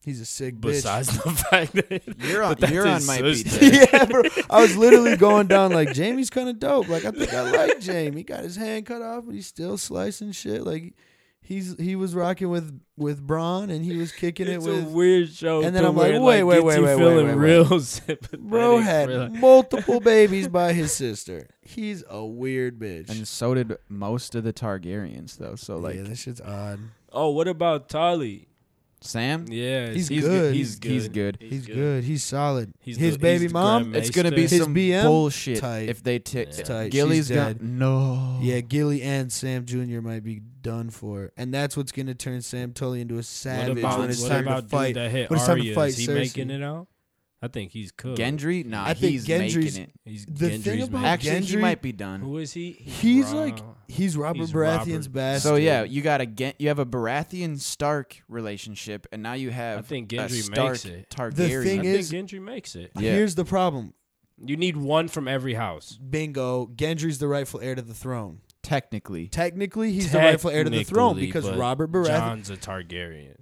Speaker 2: He's a sick
Speaker 3: Besides the fact that
Speaker 1: You're on.
Speaker 3: But that's
Speaker 1: You're on.
Speaker 3: his
Speaker 1: Might be
Speaker 3: sister.
Speaker 1: dead.
Speaker 2: bitch. yeah, bro. I was literally going down like Jamie's kind of dope. Like I think I like Jamie. He got his hand cut off, but he's still slicing shit. Like he's he was rocking with with Braun, and he was kicking
Speaker 3: it's
Speaker 2: it
Speaker 3: a
Speaker 2: with
Speaker 3: weird show.
Speaker 2: And then
Speaker 3: to
Speaker 2: I'm like,
Speaker 3: where it,
Speaker 2: wait, wait,
Speaker 3: gets
Speaker 2: wait,
Speaker 3: you
Speaker 2: wait, wait,
Speaker 3: feeling
Speaker 2: wait, wait.
Speaker 3: real sympathetic.
Speaker 2: Bro had
Speaker 3: for, like-
Speaker 2: multiple babies by his sister. He's a weird bitch.
Speaker 1: And so did most of the Targaryens, though. So like
Speaker 2: yeah, this shit's odd.
Speaker 3: oh, what about Tolly?
Speaker 1: Sam,
Speaker 3: Yeah,
Speaker 2: He's
Speaker 1: he's
Speaker 2: good.
Speaker 1: good. He's he's good.
Speaker 2: He's, good. He's solid.
Speaker 3: He's
Speaker 2: his
Speaker 3: the-
Speaker 2: baby
Speaker 3: he's the
Speaker 2: mom.
Speaker 3: grandma.
Speaker 1: It's gonna be
Speaker 3: His
Speaker 1: some
Speaker 2: BM?
Speaker 1: bullshit
Speaker 2: Tight.
Speaker 1: if they take
Speaker 3: It's
Speaker 2: tight.
Speaker 1: Gilly's
Speaker 2: She's
Speaker 1: gonna
Speaker 2: dead.
Speaker 1: no.
Speaker 2: Yeah, Gilly and Sam Jr. might be done for, and that's what's gonna turn Sam Tully into a savage
Speaker 3: what about,
Speaker 2: when it's
Speaker 3: what
Speaker 2: time to
Speaker 3: about dude
Speaker 2: fight.
Speaker 3: that hit
Speaker 2: when it's time to
Speaker 3: Arya?
Speaker 2: fight
Speaker 3: Is he
Speaker 2: Cersei.
Speaker 3: making it out? I think he's cooked.
Speaker 1: Gendry? Nah,
Speaker 2: I think
Speaker 1: he's
Speaker 2: Gendry's-
Speaker 1: making it.
Speaker 3: He's
Speaker 2: The
Speaker 3: Gendry's
Speaker 2: thing about-
Speaker 3: man.
Speaker 1: Actually, he
Speaker 2: Gendry-
Speaker 1: might be done.
Speaker 3: Who is he?
Speaker 2: He's
Speaker 3: Ra-
Speaker 2: like he's Robert
Speaker 3: He's
Speaker 2: Baratheon's
Speaker 3: Robert.
Speaker 2: best.
Speaker 1: So yeah, you got a Gen- you have a Baratheon Stark relationship, and now you have
Speaker 3: I think
Speaker 1: a
Speaker 3: Gendry
Speaker 1: Stark
Speaker 3: makes it.
Speaker 1: Targaryen.
Speaker 2: The
Speaker 3: I
Speaker 2: thing
Speaker 3: think
Speaker 2: is-
Speaker 3: Gendry makes it.
Speaker 1: Yeah.
Speaker 2: here's the problem.
Speaker 3: You need one from every house.
Speaker 2: Bingo, Gendry's the rightful heir to the throne.
Speaker 1: technically,
Speaker 2: Technically, he's the rightful heir to the throne
Speaker 3: Technically,
Speaker 2: because
Speaker 3: but
Speaker 2: Robert Baratheon.
Speaker 3: John's a Targaryen,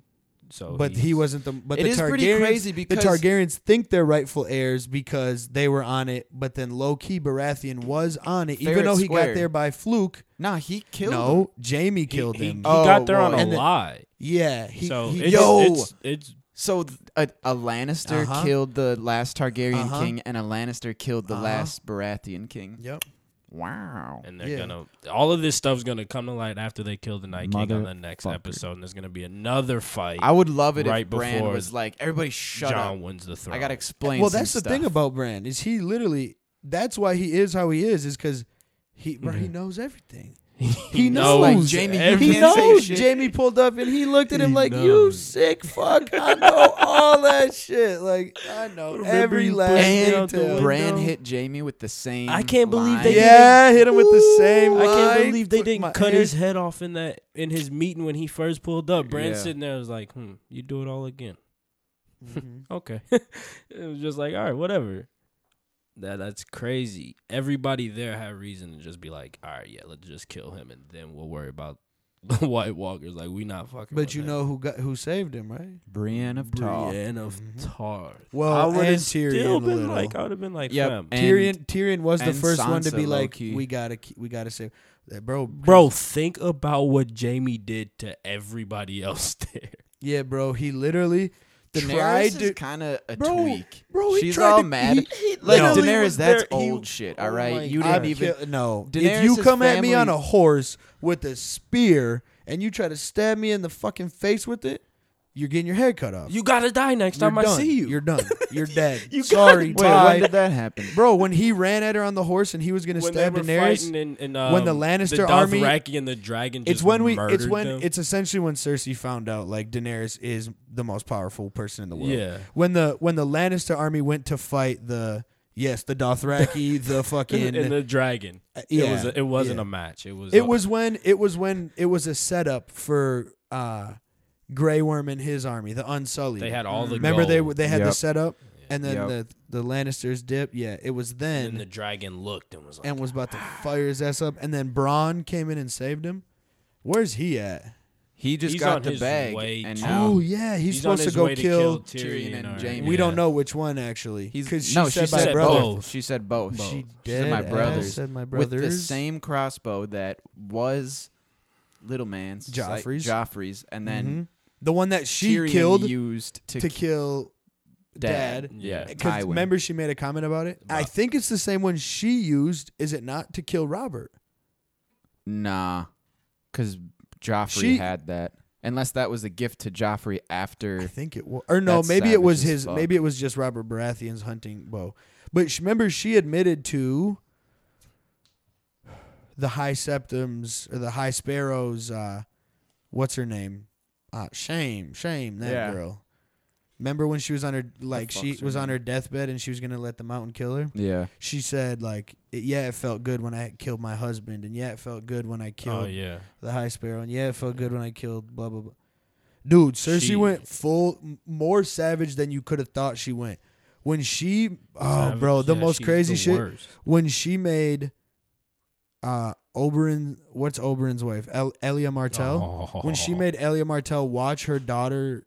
Speaker 3: so
Speaker 2: But he
Speaker 3: he's-
Speaker 2: wasn't the. But
Speaker 1: Oh, It
Speaker 2: the
Speaker 1: is
Speaker 2: Targaryens,
Speaker 1: pretty crazy because-
Speaker 2: the Targaryens think they're rightful heirs because they were on it. But then low key Baratheon was on it,
Speaker 1: Fair
Speaker 2: even though
Speaker 1: and
Speaker 2: he got
Speaker 1: square.
Speaker 2: there by fluke.
Speaker 1: nah, he killed.
Speaker 2: no,
Speaker 1: him.
Speaker 2: Jamie
Speaker 3: he-
Speaker 2: killed
Speaker 3: he,
Speaker 2: him.
Speaker 3: He
Speaker 1: Oh,
Speaker 3: got there on
Speaker 1: well,
Speaker 3: a
Speaker 2: and the-
Speaker 3: lie.
Speaker 2: yeah, he,
Speaker 3: so
Speaker 2: he-
Speaker 3: it's,
Speaker 2: yo,
Speaker 3: it's, it's
Speaker 1: So th- a, a Lannister
Speaker 2: Uh-huh.
Speaker 1: killed the last Targaryen
Speaker 2: Uh-huh.
Speaker 1: king, and a Lannister killed the
Speaker 2: Uh-huh.
Speaker 1: last Baratheon king.
Speaker 2: yep,
Speaker 1: Wow.
Speaker 3: and they're
Speaker 2: Yeah.
Speaker 3: gonna all of this stuff's gonna come to light after they kill the Night King on the next
Speaker 1: Motherfucker.
Speaker 3: episode, and there's gonna be another fight.
Speaker 1: I would love it
Speaker 3: Right
Speaker 1: if Bran
Speaker 3: before
Speaker 1: was like, "Everybody, shut
Speaker 3: John
Speaker 1: up!
Speaker 3: wins the throne.
Speaker 1: I gotta explain."
Speaker 2: Well,
Speaker 1: some
Speaker 2: that's the
Speaker 1: stuff.
Speaker 2: thing about Bran is he literally. That's why he is how he is is because he bro,
Speaker 1: Mm-hmm.
Speaker 2: he knows everything. He knows.
Speaker 1: Like, Jamie, you
Speaker 2: He
Speaker 1: He can't say
Speaker 2: knows.
Speaker 1: shit.
Speaker 2: Jamie pulled up and he looked at him
Speaker 3: He
Speaker 2: like, "You
Speaker 3: knows.
Speaker 2: sick fuck! I know all that shit. Like I know
Speaker 3: Remember
Speaker 2: every
Speaker 3: you
Speaker 2: last
Speaker 3: busted
Speaker 1: And
Speaker 3: out the
Speaker 2: detail."
Speaker 3: window?
Speaker 1: Bran hit Jamie with the same.
Speaker 3: I can't believe they
Speaker 1: line.
Speaker 3: did-
Speaker 2: yeah, hit him with the same.
Speaker 3: I can't
Speaker 2: line,
Speaker 3: believe they
Speaker 2: put my
Speaker 3: didn't cut
Speaker 2: hair-
Speaker 3: his head off in that in his meeting when he first pulled up. Bran
Speaker 1: Yeah.
Speaker 3: sitting there was like, "Hmm, you do it all again." Okay, it was just like, all right, whatever. That that's crazy. Everybody there had reason to just be like, all right, yeah, let's just kill him, and then we'll worry about the White Walkers. Like we not fucking.
Speaker 2: But
Speaker 3: with
Speaker 2: you
Speaker 3: him.
Speaker 2: know who got who saved him, right?
Speaker 1: Brienne of Tarth.
Speaker 3: Brienne of
Speaker 2: Mm-hmm.
Speaker 3: Tar.
Speaker 2: Well,
Speaker 3: I would
Speaker 2: and
Speaker 3: have
Speaker 2: Tyrion
Speaker 3: still
Speaker 2: a
Speaker 3: been
Speaker 2: little.
Speaker 3: like, I would have been like,
Speaker 1: Yep,
Speaker 3: fam.
Speaker 1: and-
Speaker 2: Tyrion Tyrion was the
Speaker 1: and
Speaker 2: first one to
Speaker 1: Sansa,
Speaker 2: be like,
Speaker 1: low-key.
Speaker 2: "We gotta ke- we gotta save that bro,
Speaker 3: bro, think about what Jamie did to everybody else there.
Speaker 2: Yeah, bro, he literally tried
Speaker 1: Daenerys
Speaker 2: to.
Speaker 1: is kind of a
Speaker 2: Bro,
Speaker 1: tweak.
Speaker 2: bro, he
Speaker 1: she's
Speaker 2: tried
Speaker 1: all
Speaker 2: to-
Speaker 1: mad.
Speaker 2: he- he
Speaker 1: like
Speaker 2: literally
Speaker 1: Daenerys,
Speaker 3: was
Speaker 1: that's
Speaker 3: there- he-
Speaker 1: old shit. All
Speaker 3: oh
Speaker 1: right,
Speaker 3: my
Speaker 1: you
Speaker 2: I
Speaker 1: didn't even.
Speaker 2: kill- no. if
Speaker 1: Daenerys'
Speaker 2: you come at me on a
Speaker 1: family-
Speaker 2: horse with a spear and you try to stab me in the fucking face with it, you're getting your head cut off.
Speaker 3: You gotta die next
Speaker 2: You're
Speaker 3: time I
Speaker 2: done.
Speaker 3: see you.
Speaker 2: You're done. You're dead.
Speaker 3: You
Speaker 2: Sorry,
Speaker 1: Wait, when
Speaker 2: bye.
Speaker 1: did that happen?
Speaker 2: Bro, when he ran at her on the horse and he was gonna
Speaker 3: when they
Speaker 2: stab
Speaker 3: were
Speaker 2: Daenerys,
Speaker 3: fighting in, in,
Speaker 2: when the
Speaker 3: um,
Speaker 2: Lannister
Speaker 3: the
Speaker 2: army-
Speaker 3: Dothraki and the dragon.
Speaker 2: it's
Speaker 3: just
Speaker 2: when we. It's
Speaker 3: murdered
Speaker 2: when
Speaker 3: them.
Speaker 2: it's essentially when Cersei found out like Daenerys is the most powerful person in the world.
Speaker 3: Yeah.
Speaker 2: When the when the Lannister army went to fight the yes the Dothraki the fucking
Speaker 3: in, the dragon.
Speaker 2: Uh, yeah,
Speaker 3: it, was it wasn't
Speaker 2: yeah.
Speaker 3: a match. It was.
Speaker 2: It
Speaker 3: a-
Speaker 2: was when it was when it was a setup for uh Grey Worm and his army, the Unsullied.
Speaker 3: They had all the.
Speaker 2: Remember they
Speaker 3: gold,
Speaker 2: were- they had the
Speaker 1: Yep.
Speaker 2: setup and then
Speaker 1: Yep.
Speaker 2: the the Lannisters dip. Yeah, it was
Speaker 3: and
Speaker 2: then
Speaker 3: then the dragon looked and was like,
Speaker 2: and was about to fire his ass up and then Braun came in and saved him. Where's he at?
Speaker 1: He just
Speaker 3: He's
Speaker 1: got
Speaker 3: on
Speaker 1: the
Speaker 3: his
Speaker 1: bag,
Speaker 3: way
Speaker 1: and
Speaker 3: to-
Speaker 1: now
Speaker 2: Oh yeah, he's,
Speaker 3: on
Speaker 2: supposed to
Speaker 3: his
Speaker 2: go
Speaker 3: way
Speaker 2: kill.
Speaker 1: Tyrion and
Speaker 3: or-
Speaker 1: Jaime.
Speaker 2: we
Speaker 1: Yeah.
Speaker 2: don't know which one actually.
Speaker 1: he's
Speaker 2: Because she
Speaker 1: no.
Speaker 2: said,
Speaker 1: she
Speaker 2: my
Speaker 1: said
Speaker 2: brother.
Speaker 1: both. She said both.
Speaker 3: Both.
Speaker 2: She
Speaker 1: She
Speaker 2: dead
Speaker 1: said my
Speaker 2: ass
Speaker 1: brothers
Speaker 2: Said my
Speaker 1: with
Speaker 2: brothers.
Speaker 1: the same crossbow that was little man's like,
Speaker 2: Joffrey's.
Speaker 1: Joffrey's, and then
Speaker 2: Mhm. the one that she
Speaker 1: Tyrion
Speaker 2: killed
Speaker 1: used to,
Speaker 2: to kill
Speaker 1: dad.
Speaker 2: Dad.
Speaker 1: Yeah,
Speaker 2: Because
Speaker 1: Tywin.
Speaker 2: remember, she made a comment about it. I
Speaker 3: About-
Speaker 2: think it's the same one she used. Is it not to kill Robert?
Speaker 1: Nah, because Joffrey
Speaker 2: She-
Speaker 1: had that. Unless that was a gift to Joffrey
Speaker 2: I
Speaker 1: after.
Speaker 2: think it was. Or no,
Speaker 1: That's
Speaker 2: maybe it was
Speaker 1: savage as
Speaker 2: his.
Speaker 1: fuck.
Speaker 2: Maybe it was just Robert Baratheon's hunting bow. But sh- remember, she admitted to the High Septum's or the High Sparrow's. Uh, what's her name? Uh, shame, shame that
Speaker 1: Yeah.
Speaker 2: girl. Remember when she was on her like she
Speaker 1: fuck's her
Speaker 2: was on
Speaker 1: name?
Speaker 2: her deathbed and she was gonna let the mountain kill her.
Speaker 1: Yeah.
Speaker 2: she said like it, yeah it felt good when i killed my husband and yeah it felt good when i killed
Speaker 3: Oh yeah.
Speaker 2: the high sparrow and yeah it felt good when i killed blah blah blah dude cersei
Speaker 3: She-
Speaker 2: went full m- more savage than you could have thought she went when she oh
Speaker 3: Savage.
Speaker 2: bro the
Speaker 3: Yeah,
Speaker 2: most
Speaker 3: she's
Speaker 2: crazy
Speaker 3: the
Speaker 2: shit
Speaker 3: worst.
Speaker 2: when she made uh oberon what's oberon's wife El- elia martell
Speaker 3: Oh.
Speaker 2: when she made elia martell watch her daughter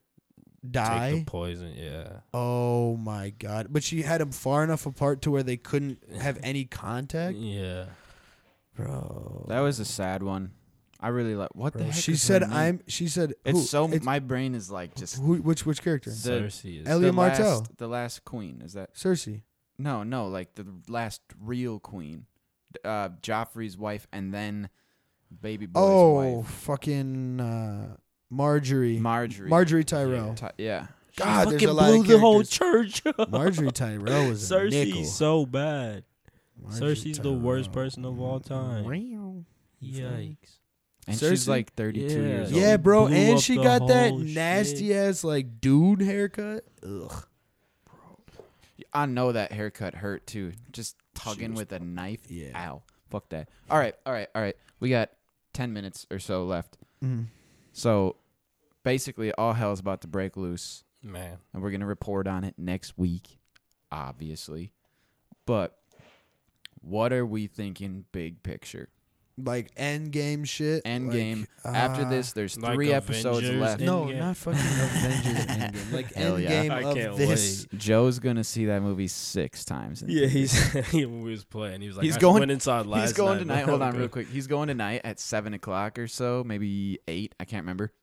Speaker 2: die
Speaker 3: Take the poison, yeah.
Speaker 2: Oh my god! But she had them far enough apart to where they couldn't have any contact,
Speaker 3: Yeah.
Speaker 2: bro.
Speaker 1: That was a sad one. I really like. What the
Speaker 2: Bro,
Speaker 1: heck?
Speaker 2: she
Speaker 1: is her
Speaker 2: said,
Speaker 1: name?
Speaker 2: "I'm." She said,
Speaker 1: It's
Speaker 2: who-
Speaker 1: so. my brain is like just.
Speaker 2: who, which which character?
Speaker 1: The-
Speaker 3: Cersei is.
Speaker 2: Ellie- Elia
Speaker 1: the
Speaker 2: Martell.
Speaker 1: Last, the last queen. Is that.
Speaker 2: Cersei.
Speaker 1: No, no. Like the last real queen. D- Uh, Joffrey's wife and then baby boy's
Speaker 2: oh,
Speaker 1: wife.
Speaker 2: fucking uh, Marjorie.
Speaker 1: Marjorie.
Speaker 2: Marjorie Tyrell.
Speaker 1: Ty- yeah.
Speaker 2: God, there's
Speaker 3: fucking
Speaker 2: a lot
Speaker 3: blew
Speaker 2: of
Speaker 3: the whole
Speaker 2: characters.
Speaker 3: church. up.
Speaker 2: Marjorie Tyrell was a nickel.
Speaker 3: Cersei's so bad.
Speaker 2: Marjorie
Speaker 3: Cersei's the worst
Speaker 2: Tyrell.
Speaker 3: person of all time.
Speaker 2: Wow.
Speaker 3: Yikes.
Speaker 1: And
Speaker 2: Cersei?
Speaker 1: she's like 32
Speaker 3: Yeah.
Speaker 1: years old.
Speaker 2: Yeah, bro,
Speaker 3: Blew
Speaker 2: and
Speaker 3: up
Speaker 2: she
Speaker 3: the
Speaker 2: got that
Speaker 3: whole shit.
Speaker 2: nasty ass like dude haircut. Ugh.
Speaker 1: I know that haircut hurt too. Just tugging with a knife.
Speaker 2: Yeah.
Speaker 1: Ow. Fuck that. All right. All right. All right. We got ten minutes or so left.
Speaker 2: Mhm.
Speaker 1: So basically, all hell's about to break loose,
Speaker 3: Man.
Speaker 1: and we're gonna report on it next week, obviously. But what are we thinking? Big picture.
Speaker 2: Like end game shit.
Speaker 1: End
Speaker 2: like,
Speaker 1: game. After
Speaker 2: uh,
Speaker 1: this, there's
Speaker 3: Like
Speaker 1: three episodes
Speaker 3: Avengers
Speaker 1: left.
Speaker 3: and-
Speaker 2: No,
Speaker 3: Endgame.
Speaker 2: not fucking Avengers Endgame. Like
Speaker 1: Hell
Speaker 2: end
Speaker 1: yeah.
Speaker 2: game
Speaker 3: I can't
Speaker 2: of this.
Speaker 1: Joe's gonna see that movie six times. in
Speaker 3: Yeah, he's he was playing. He was like,
Speaker 1: He's
Speaker 3: I
Speaker 1: going-
Speaker 3: went inside last
Speaker 1: He's going
Speaker 3: night.
Speaker 1: tonight. Hold on, real quick. He's going tonight at seven o'clock or so, maybe eight. I can't remember.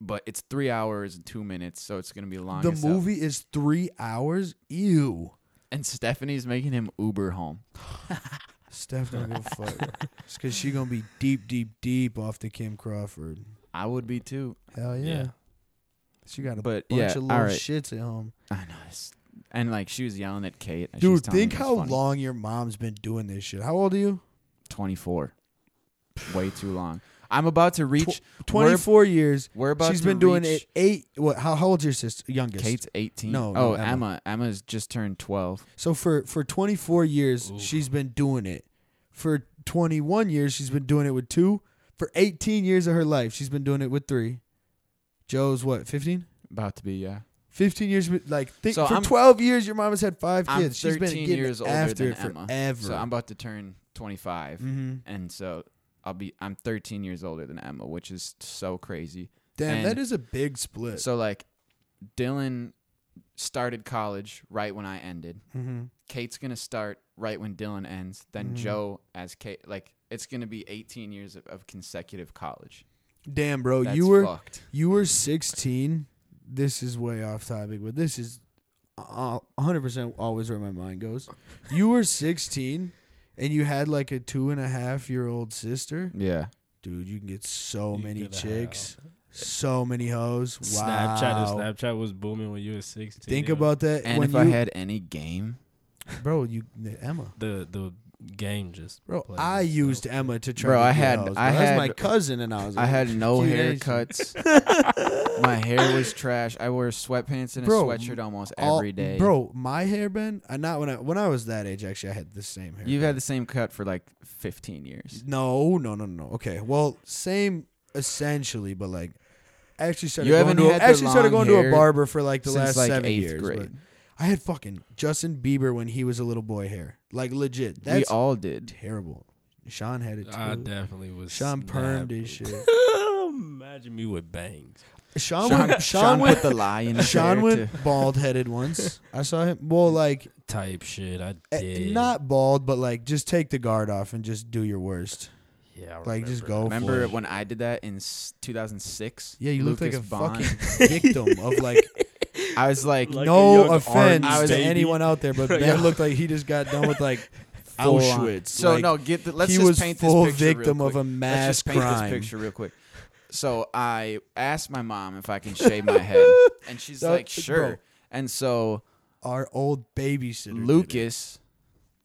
Speaker 1: But it's three hours and two minutes, so it's gonna be long.
Speaker 2: The
Speaker 1: as hell.
Speaker 2: movie is three hours. Ew.
Speaker 1: and Stephanie's making him Uber home.
Speaker 2: Steph don't give a fuck. It's because she gonna be deep, deep, deep off the Kim Crawford.
Speaker 1: I would be too.
Speaker 2: Hell yeah.
Speaker 3: Yeah.
Speaker 2: She got a
Speaker 1: But
Speaker 2: bunch
Speaker 1: yeah,
Speaker 2: of little
Speaker 1: all right.
Speaker 2: shits at home.
Speaker 1: I know. It's, and like she was yelling at Kate. and she was
Speaker 2: Dude,
Speaker 1: telling
Speaker 2: think
Speaker 1: me it
Speaker 2: how
Speaker 1: was funny.
Speaker 2: long your mom's been doing this shit. How old are you?
Speaker 1: Twenty four. Way too long. I'm about to reach.
Speaker 2: Twenty four years.
Speaker 1: We're about.
Speaker 2: She's
Speaker 1: to
Speaker 2: been doing
Speaker 1: reach-
Speaker 2: it eight. What? How, how old's your sister? Youngest.
Speaker 1: Kate's eighteen.
Speaker 2: No, no,
Speaker 1: Oh,
Speaker 2: Emma.
Speaker 1: Emma. Emma's just turned twelve.
Speaker 2: So for for 24 years
Speaker 3: Oof.
Speaker 2: she's been doing it. For 21 years she's been doing it with two. For 18 years of her life she's been doing it with three. Joe's what 15?
Speaker 1: About to be. Yeah.
Speaker 2: 15 years with- like think,
Speaker 1: So
Speaker 2: for
Speaker 1: I'm-
Speaker 2: 12 years your mom has had five
Speaker 1: I'm
Speaker 2: kids. She's been
Speaker 1: 13
Speaker 2: getting
Speaker 1: years older
Speaker 2: after
Speaker 1: than
Speaker 2: it
Speaker 1: Emma.
Speaker 2: forever.
Speaker 1: So I'm about to turn twenty five.
Speaker 2: hmm
Speaker 1: and so I'll be I'm 13 years older than Emma, which is so crazy.
Speaker 2: Damn,
Speaker 1: and-
Speaker 2: that is a big split.
Speaker 1: So like Dylan started college right when I ended.
Speaker 2: hmm
Speaker 1: Kate's going to start right when Dylan ends. Then
Speaker 2: Mhm.
Speaker 1: Joe as Kate like it's going to be 18 years of, of consecutive college.
Speaker 2: Damn, bro,
Speaker 1: That's
Speaker 2: Oh, you were
Speaker 1: fucked.
Speaker 2: you were 16. This is way off topic, but this is uh, 100% always where my mind goes. You were 16 and you had like a two and a half year old sister.
Speaker 1: Yeah.
Speaker 2: Dude, you can get so
Speaker 3: You
Speaker 2: many
Speaker 3: could have.
Speaker 2: chicks, so many hoes. Wow.
Speaker 3: Snapchat. and Snapchat was booming when you were sixteen.
Speaker 2: Think
Speaker 3: yo.
Speaker 2: about that.
Speaker 1: And
Speaker 2: when
Speaker 1: if
Speaker 2: you,
Speaker 1: I had any game,
Speaker 2: bro, you Emma.
Speaker 3: the the game just
Speaker 2: Bro,
Speaker 3: played
Speaker 2: I
Speaker 3: itself.
Speaker 2: used Emma to try.
Speaker 1: Bro,
Speaker 2: to
Speaker 1: I
Speaker 2: get
Speaker 1: had-
Speaker 2: hoes,
Speaker 1: I
Speaker 2: bro. That's
Speaker 1: had-
Speaker 2: my cousin, and I was.
Speaker 1: I
Speaker 2: like,
Speaker 1: had no
Speaker 2: "Cute Asian."
Speaker 1: haircuts. My hair was trash. I wore sweatpants and a
Speaker 2: Bro,
Speaker 1: sweatshirt almost
Speaker 2: All-
Speaker 1: every day.
Speaker 2: bro. My hairband, uh, not when I when I was that age. Actually, I had the same hair.
Speaker 1: you've had the same cut for like 15 years.
Speaker 2: No, no, no, no. Okay, well, same essentially, but like I actually started
Speaker 1: You
Speaker 2: going
Speaker 1: haven't
Speaker 2: to a,
Speaker 1: had the
Speaker 2: actually started
Speaker 1: long
Speaker 2: going to a
Speaker 1: hair
Speaker 2: barber for like the
Speaker 1: since,
Speaker 2: last
Speaker 1: like,
Speaker 2: seven
Speaker 1: eighth
Speaker 2: years.
Speaker 1: grade.
Speaker 2: but I had fucking Justin Bieber when he was a little boy hair, like legit.
Speaker 1: we
Speaker 2: That's
Speaker 1: all did.
Speaker 2: terrible. Sean had it too.
Speaker 3: I definitely was.
Speaker 2: Sean permed
Speaker 3: snapped.
Speaker 2: his shit.
Speaker 3: Imagine me with bangs.
Speaker 2: Sean,
Speaker 1: Sean,
Speaker 2: went. Sean,
Speaker 1: Sean
Speaker 2: went.
Speaker 1: put the lie in his
Speaker 2: Sean
Speaker 1: hair,
Speaker 2: went
Speaker 1: too.
Speaker 2: bald headed once. I saw him. Well, like
Speaker 3: Type shit. I
Speaker 2: eh,
Speaker 3: did.
Speaker 2: not bald, but like just take the guard off and just do your worst.
Speaker 3: Yeah. I
Speaker 2: like, just
Speaker 3: remember
Speaker 2: go
Speaker 3: that.
Speaker 2: for
Speaker 1: Remember
Speaker 2: it.
Speaker 1: when I did that in s- 2006?
Speaker 2: Yeah, you looked like
Speaker 1: Lucas
Speaker 2: a
Speaker 1: Bond.
Speaker 2: fucking victim of like
Speaker 1: I was like,
Speaker 3: Like- a
Speaker 2: no
Speaker 3: young
Speaker 2: offense
Speaker 1: orange
Speaker 2: to
Speaker 1: baby.
Speaker 2: anyone out there, but
Speaker 1: Yeah.
Speaker 2: man looked like he just got done with like
Speaker 1: full on.
Speaker 2: Auschwitz.
Speaker 1: So
Speaker 2: Like,
Speaker 1: no, get the, let's
Speaker 2: he
Speaker 1: just
Speaker 2: was
Speaker 1: paint
Speaker 2: full
Speaker 1: this picture
Speaker 2: victim
Speaker 1: real
Speaker 2: of
Speaker 1: quick.
Speaker 2: a mass
Speaker 1: let's just paint
Speaker 2: crime.
Speaker 1: this picture real quick. So I asked my mom if I can shave my head, and she's
Speaker 2: That-
Speaker 1: like,
Speaker 2: bro.
Speaker 1: sure. And so
Speaker 2: our old babysitter did it.
Speaker 1: Lucas,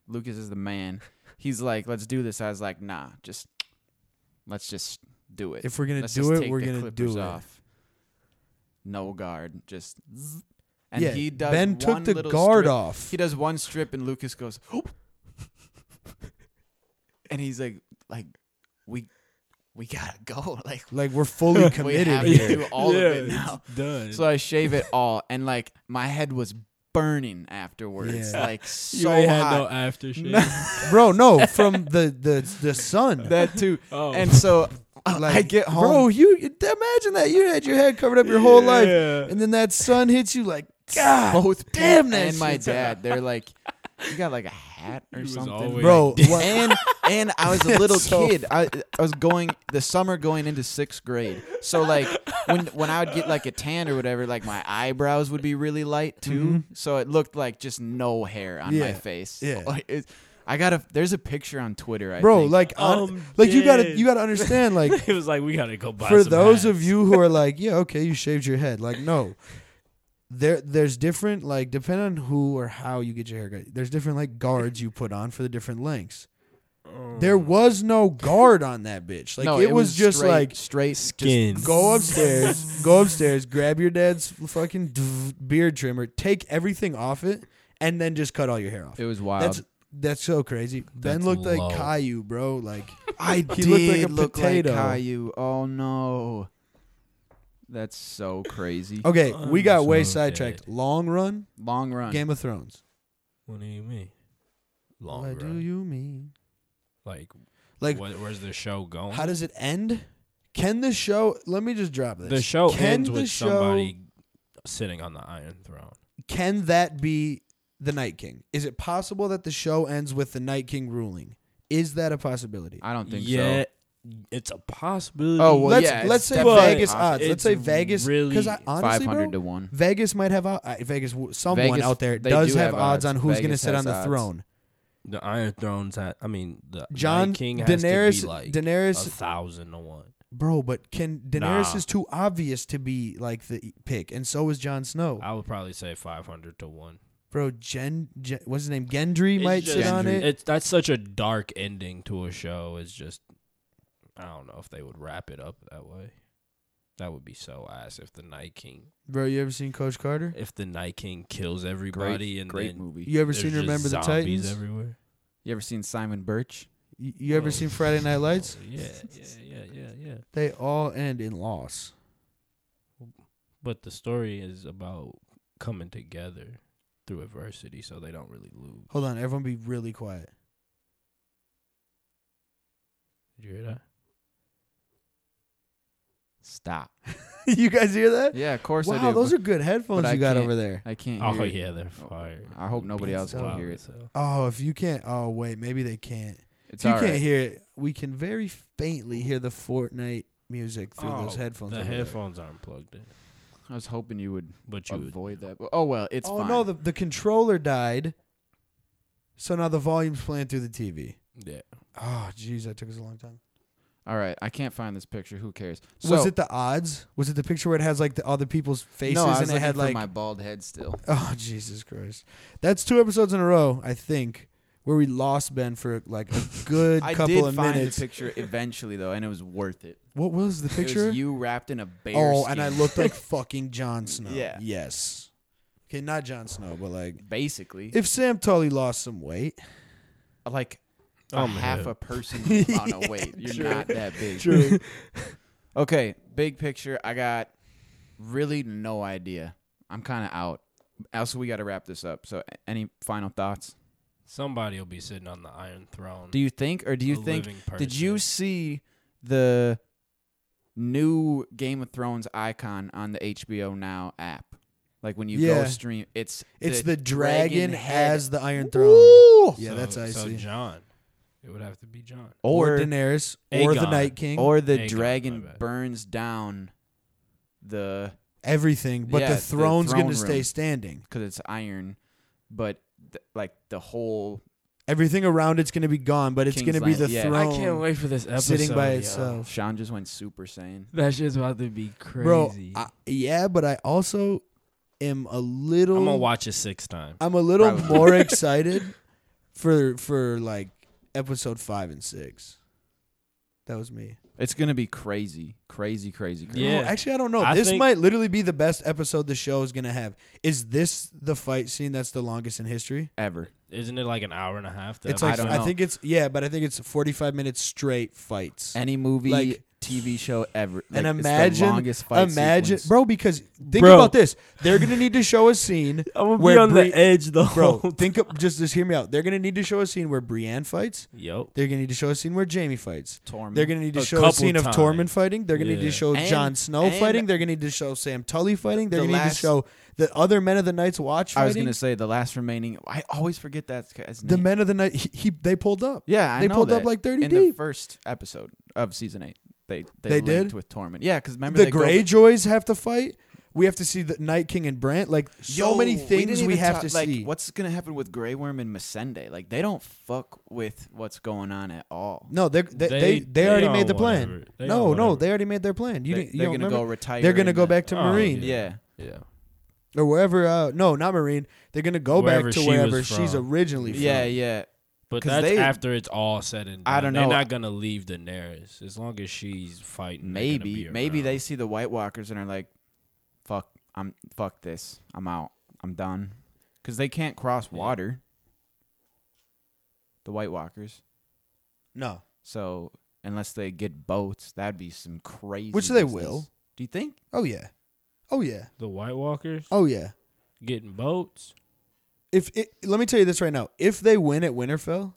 Speaker 1: Lucas is the man. He's like, let's do this. I was like, nah, just let's just do it.
Speaker 2: If we're gonna
Speaker 1: Let's
Speaker 2: do
Speaker 1: just
Speaker 2: it,
Speaker 1: take
Speaker 2: we're
Speaker 1: the
Speaker 2: gonna
Speaker 1: clippers
Speaker 2: do it.
Speaker 1: off. No guard, just. zzz. And
Speaker 2: yeah,
Speaker 1: he does.
Speaker 2: Ben
Speaker 1: one
Speaker 2: took the
Speaker 1: little
Speaker 2: guard
Speaker 1: strip.
Speaker 2: off.
Speaker 1: He does one strip, and Lucas goes, and he's like, like, we, we gotta go. Like
Speaker 2: like we're fully
Speaker 1: we
Speaker 2: committed
Speaker 1: have to
Speaker 2: here.
Speaker 1: do all
Speaker 3: yeah,
Speaker 1: of it now.
Speaker 3: it's Done.
Speaker 1: So I shave it all, and like my head was burning afterwards,
Speaker 2: Yeah.
Speaker 1: like
Speaker 3: you
Speaker 1: so
Speaker 3: ain't
Speaker 1: hot.
Speaker 3: had no after shit.
Speaker 2: Bro, no, from the the the sun.
Speaker 1: that too.
Speaker 3: Oh.
Speaker 1: And so I get home.
Speaker 2: Bro, you imagine that you had your head covered up your whole life
Speaker 3: Yeah.
Speaker 2: and then that sun hits you like God
Speaker 1: both
Speaker 2: damn
Speaker 1: Pete
Speaker 2: that
Speaker 1: and my
Speaker 2: shit's
Speaker 1: dad. They're like, you got like a hat or
Speaker 3: You was
Speaker 1: something,
Speaker 3: always-
Speaker 2: Bro,
Speaker 1: Like,
Speaker 2: what-
Speaker 1: and and I was a little
Speaker 2: So-
Speaker 1: kid. I I was going the summer going into sixth grade. So like when when I would get like a tan or whatever, like my eyebrows would be really light too. So it looked like just no hair on my
Speaker 2: Mm-hmm. Yeah,
Speaker 1: face.
Speaker 2: yeah.
Speaker 1: Like, it- I got a. There's a picture on Twitter. I
Speaker 2: bro,
Speaker 1: think.
Speaker 2: like hon-
Speaker 3: I'm
Speaker 2: like you got to
Speaker 3: dead.
Speaker 2: you got to understand like
Speaker 3: it was like we gotta go buy.
Speaker 2: for
Speaker 3: some
Speaker 2: those
Speaker 3: hats.
Speaker 2: of you who are like, yeah, okay, you shaved your head. Like, no, there, there's different like depending on who or how you get your haircut. There's different like guards you put on for the different lengths. There
Speaker 3: Oh.
Speaker 2: was no guard on that bitch. Like
Speaker 1: no,
Speaker 2: it, was, just
Speaker 1: straight,
Speaker 2: like
Speaker 1: straight just
Speaker 3: skin.
Speaker 2: go upstairs, go upstairs, grab your dad's fucking beard trimmer, take everything off it, and then just cut all your hair off.
Speaker 1: It was wild.
Speaker 2: That's that's so crazy. ben
Speaker 3: That's
Speaker 2: looked
Speaker 3: low.
Speaker 2: like Caillou, bro. Like
Speaker 1: I
Speaker 2: He looked like a potato.
Speaker 1: Caillou. Oh no, that's so crazy.
Speaker 2: okay, we got way
Speaker 3: I'm so
Speaker 2: sidetracked. Long run,
Speaker 1: Long run.
Speaker 2: Game of Thrones.
Speaker 3: What do you mean? Long
Speaker 2: what do
Speaker 3: run.
Speaker 2: you mean?
Speaker 3: like,
Speaker 2: Like,
Speaker 3: what, where's the show going?
Speaker 2: how does it end? Can the show? Let me just drop this.
Speaker 3: the show
Speaker 2: Can
Speaker 3: ends
Speaker 2: the
Speaker 3: with
Speaker 2: show-
Speaker 3: somebody sitting on the Iron Throne.
Speaker 2: Can that be the Night King? Is it possible that the show ends with the Night King ruling? Is that a possibility?
Speaker 1: I don't think
Speaker 3: yeah,
Speaker 1: so.
Speaker 3: it's a possibility.
Speaker 1: Oh, well,
Speaker 2: let's
Speaker 1: yeah, it's
Speaker 2: let's say
Speaker 1: definitely
Speaker 2: Vegas
Speaker 1: possible.
Speaker 2: odds. Let's
Speaker 3: It's
Speaker 2: say Vegas because
Speaker 3: really
Speaker 2: I honestly,
Speaker 1: Five
Speaker 2: bro,
Speaker 1: hundred to one.
Speaker 2: Vegas might have o- I- Vegas. w- Someone
Speaker 1: Vegas-
Speaker 2: out there
Speaker 1: they
Speaker 2: does
Speaker 1: do
Speaker 2: have,
Speaker 1: have
Speaker 2: odds on
Speaker 1: odds.
Speaker 2: who's going to
Speaker 1: Vegas
Speaker 2: sit on
Speaker 1: has
Speaker 2: the
Speaker 1: odds.
Speaker 2: throne.
Speaker 3: the Iron Throne's at. I mean, the
Speaker 2: John
Speaker 3: Night King has
Speaker 2: Daenerys.
Speaker 3: to be like
Speaker 2: Daenerys,
Speaker 3: a thousand to one.
Speaker 2: bro, but can Daenerys
Speaker 3: Nah.
Speaker 2: is too obvious to be like the e- pick, and so is Jon Snow,
Speaker 3: I would probably say five hundred to one.
Speaker 2: bro. Gen, Gen what's his name? Gendry
Speaker 3: It's
Speaker 2: might
Speaker 3: just-
Speaker 2: sit on
Speaker 1: Gendry.
Speaker 2: it.
Speaker 3: It's that's such a dark ending to a show. It's just I don't know if they would wrap it up that way. That would be so ass if the Night King
Speaker 2: Bro, you ever seen Coach Carter?
Speaker 3: if the Night King kills
Speaker 1: Great,
Speaker 3: everybody and
Speaker 1: great
Speaker 3: then
Speaker 1: movie. You,
Speaker 2: You ever
Speaker 3: there's
Speaker 2: seen
Speaker 3: just
Speaker 2: Remember the
Speaker 3: zombies
Speaker 2: Titans?
Speaker 3: everywhere.
Speaker 1: ever seen Simon Birch?
Speaker 2: You, you ever
Speaker 3: Oh,
Speaker 2: seen Friday Night Lights?
Speaker 3: oh, yeah, yeah, yeah, yeah, yeah.
Speaker 2: They all end in loss.
Speaker 3: But the story is about coming together through adversity, so they don't really lose.
Speaker 2: Hold on, everyone, be really quiet.
Speaker 3: Did you hear that?
Speaker 1: Stop.
Speaker 2: you guys hear that?
Speaker 1: Yeah, of course I
Speaker 2: Wow,
Speaker 1: do.
Speaker 2: those
Speaker 1: but
Speaker 2: are good headphones
Speaker 1: but I
Speaker 2: you got
Speaker 1: can't-
Speaker 2: over there.
Speaker 1: I can't.
Speaker 3: Oh
Speaker 1: hear it.
Speaker 3: yeah, they're fire.
Speaker 1: I hope nobody else
Speaker 2: Beats
Speaker 1: can
Speaker 2: out.
Speaker 1: hear it.
Speaker 2: Oh, if you can't. Oh, wait, maybe they can't.
Speaker 1: It's
Speaker 2: If you
Speaker 1: all
Speaker 2: can't
Speaker 1: right.
Speaker 2: hear it, we can very faintly hear the Fortnite music through
Speaker 1: Oh,
Speaker 2: those headphones.
Speaker 3: The
Speaker 2: over there.
Speaker 3: headphones aren't plugged in,
Speaker 1: I was hoping you would
Speaker 3: but you would
Speaker 1: avoid that. but- Oh well, it's
Speaker 2: oh
Speaker 1: fine.
Speaker 2: no, the, the controller died. So now the volume's playing through the TV.
Speaker 3: yeah.
Speaker 2: Oh, jeez, that took us a long time.
Speaker 1: all right, I can't find this picture. Who cares? So,
Speaker 2: was it the odds? Was it the picture where it has like the other people's faces
Speaker 1: no, I was
Speaker 2: and it
Speaker 1: looking
Speaker 2: had
Speaker 1: for
Speaker 2: like
Speaker 1: my bald head still.
Speaker 2: Oh Jesus Christ! That's two episodes in a row, I think, where we lost Ben for like a good
Speaker 1: I
Speaker 2: couple
Speaker 1: did
Speaker 2: of
Speaker 1: find
Speaker 2: minutes.
Speaker 1: the picture eventually though, and it was worth it.
Speaker 2: what was the
Speaker 1: It
Speaker 2: picture?
Speaker 1: was you wrapped in a bear.
Speaker 2: oh, and I
Speaker 1: skin,
Speaker 2: looked like fucking Jon Snow.
Speaker 1: Yeah.
Speaker 2: Yes. Okay, not Jon Snow, but like
Speaker 1: basically
Speaker 2: if Sam Tully lost some weight.
Speaker 1: like a
Speaker 3: Oh, man.
Speaker 1: half a person on a weight. You're
Speaker 2: true.
Speaker 1: not that big. Okay, big picture. I got really no idea. I'm kind of out. Also, we got to wrap this up. So, a- any final thoughts?
Speaker 3: Somebody will be sitting on the Iron Throne.
Speaker 1: Do you think, or do you
Speaker 3: A
Speaker 1: think?
Speaker 3: living
Speaker 1: Did you
Speaker 3: person.
Speaker 1: see the new Game of Thrones icon on the HBO Now app? Like when you
Speaker 2: Yeah.
Speaker 1: go stream, it's
Speaker 2: It's the, dragon,
Speaker 1: head.
Speaker 2: has the Iron Throne.
Speaker 1: Ooh!
Speaker 2: Yeah,
Speaker 3: So-
Speaker 2: that's icy.
Speaker 3: So John, it would have to be John.
Speaker 2: or,
Speaker 1: or
Speaker 2: Daenerys, or the
Speaker 3: Aegon.
Speaker 2: Night King, or
Speaker 1: or the
Speaker 3: Aegon, my
Speaker 1: dragon
Speaker 3: bad.
Speaker 1: burns down the
Speaker 2: everything. But
Speaker 1: Yeah,
Speaker 2: the
Speaker 1: the
Speaker 2: throne's
Speaker 1: throne
Speaker 2: gonna
Speaker 1: room.
Speaker 2: stay standing.
Speaker 1: because it's iron, but th- like the whole
Speaker 2: Everything around it's gonna be gone, but it's
Speaker 1: King's
Speaker 2: gonna be the
Speaker 1: Landing, yeah.
Speaker 2: throne.
Speaker 3: wait for this episode.
Speaker 2: sitting by itself.
Speaker 1: Sean just went Super Saiyan.
Speaker 3: That shit's about to be crazy.
Speaker 2: Bro, I, yeah, but I also am a little.
Speaker 3: I'm gonna watch it six times.
Speaker 2: I'm a little
Speaker 1: Probably.
Speaker 2: more excited for for like episode five and six. That was me.
Speaker 1: It's gonna be crazy, crazy, crazy, crazy.
Speaker 3: Yeah.
Speaker 2: Oh, actually, I don't know.
Speaker 3: I
Speaker 2: this
Speaker 3: think-
Speaker 2: might literally be the best episode the show is gonna have. Is this the fight scene that's the longest in history?
Speaker 1: Ever.
Speaker 3: Isn't it like an hour and a half? to
Speaker 2: It's
Speaker 1: I
Speaker 2: like
Speaker 1: don't
Speaker 2: I,
Speaker 1: know.
Speaker 2: think it's yeah, but I think it's 45 minutes straight fights.
Speaker 1: Any movie,
Speaker 2: Like-
Speaker 1: TV show ever. Like,
Speaker 2: and
Speaker 1: it's the
Speaker 2: imagine,
Speaker 1: longest fight
Speaker 2: imagine,
Speaker 1: sequence.
Speaker 2: bro, because think
Speaker 3: Bro.
Speaker 2: about this. They're gonna need to show a scene
Speaker 3: I'm gonna
Speaker 2: Where Bri-
Speaker 3: edge though,
Speaker 2: bro. Think of just just hear me out. They're gonna need to show a scene where Brienne fights.
Speaker 3: Yep.
Speaker 2: They're gonna need to show a scene where Jamie fights.
Speaker 1: Torment.
Speaker 2: They're gonna need to
Speaker 3: A
Speaker 2: show a
Speaker 3: couple
Speaker 2: scene of
Speaker 3: times.
Speaker 2: Tormund fighting. They're gonna need to
Speaker 3: Yeah.
Speaker 2: show
Speaker 1: And-
Speaker 2: Jon Snow
Speaker 1: and-
Speaker 2: fighting. They're gonna need to show Sam Tully fighting. They're
Speaker 1: The
Speaker 2: gonna need to
Speaker 1: last-
Speaker 2: show the other Men of the Night's Watch
Speaker 1: I was
Speaker 2: fighting.
Speaker 1: gonna say the last remaining. I always forget that guy's
Speaker 2: the
Speaker 1: name.
Speaker 2: Men of the Night. He, he they pulled up.
Speaker 1: yeah, I
Speaker 2: they
Speaker 1: know
Speaker 2: pulled up
Speaker 1: that.
Speaker 2: like thirty
Speaker 1: in the
Speaker 2: deep.
Speaker 1: first episode of season eight. They they,
Speaker 2: They
Speaker 1: linked
Speaker 2: did?
Speaker 1: with Torment. Yeah, because remember
Speaker 2: The
Speaker 1: they go-
Speaker 2: Greyjoys have to fight. We have to see the Night King and Brant. Like so
Speaker 1: Yo,
Speaker 2: many
Speaker 1: we
Speaker 2: things
Speaker 1: didn't
Speaker 2: we,
Speaker 1: even
Speaker 2: have
Speaker 1: talk-
Speaker 2: to
Speaker 1: like,
Speaker 2: see.
Speaker 1: What's gonna happen with Grey Worm and Masende? Like they don't fuck with what's going on at all.
Speaker 2: No, they're, they they they, already
Speaker 3: on
Speaker 2: made the plan.
Speaker 3: whatever. They
Speaker 2: no,
Speaker 3: on
Speaker 2: no,
Speaker 3: whatever.
Speaker 2: they already made their plan. You,
Speaker 1: they,
Speaker 2: didn't- you
Speaker 1: they're
Speaker 2: don't
Speaker 1: gonna
Speaker 2: remember?
Speaker 1: go retire.
Speaker 2: They're gonna
Speaker 1: in
Speaker 2: go
Speaker 1: the-
Speaker 2: back to
Speaker 3: Oh,
Speaker 2: Marine.
Speaker 1: Yeah,
Speaker 3: Yeah.
Speaker 2: or wherever. Uh, no, not Marine. They're gonna go
Speaker 3: Wherever
Speaker 2: back to
Speaker 3: she
Speaker 2: wherever
Speaker 3: was
Speaker 2: she's
Speaker 3: from.
Speaker 2: originally from.
Speaker 1: yeah, yeah.
Speaker 3: But
Speaker 1: 'Cause
Speaker 3: that's
Speaker 1: they-
Speaker 3: after it's all said and done.
Speaker 1: I don't know.
Speaker 3: They're not gonna leave Daenerys as long as she's fighting. they're gonna
Speaker 1: Maybe,
Speaker 3: be
Speaker 1: maybe
Speaker 3: around.
Speaker 1: they see the White Walkers and are like, "Fuck, I'm fuck this. I'm out. I'm done." because they can't cross water. The White Walkers.
Speaker 2: No.
Speaker 1: So unless they get boats, that'd be some crazy.
Speaker 2: Which they
Speaker 1: business.
Speaker 2: will.
Speaker 1: Do you think?
Speaker 2: Oh yeah. Oh yeah.
Speaker 3: The White Walkers
Speaker 2: Oh yeah.
Speaker 3: getting boats.
Speaker 2: If it, let me tell you this right now, if they win at Winterfell,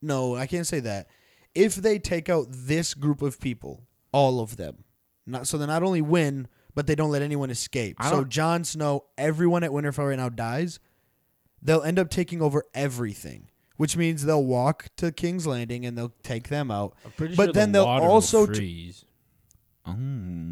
Speaker 2: no, I can't say that. If they take out this group of people, all of them, not so they not only win, but they don't let anyone escape.
Speaker 1: I
Speaker 2: So
Speaker 1: don't-
Speaker 2: Jon Snow, everyone at Winterfell right now dies. They'll end up taking over everything, which means they'll walk to King's Landing and they'll take them out.
Speaker 3: I'm pretty
Speaker 2: But
Speaker 3: sure
Speaker 2: then
Speaker 3: the
Speaker 2: they'll
Speaker 3: water will
Speaker 2: also t-
Speaker 3: freeze.
Speaker 1: Oh.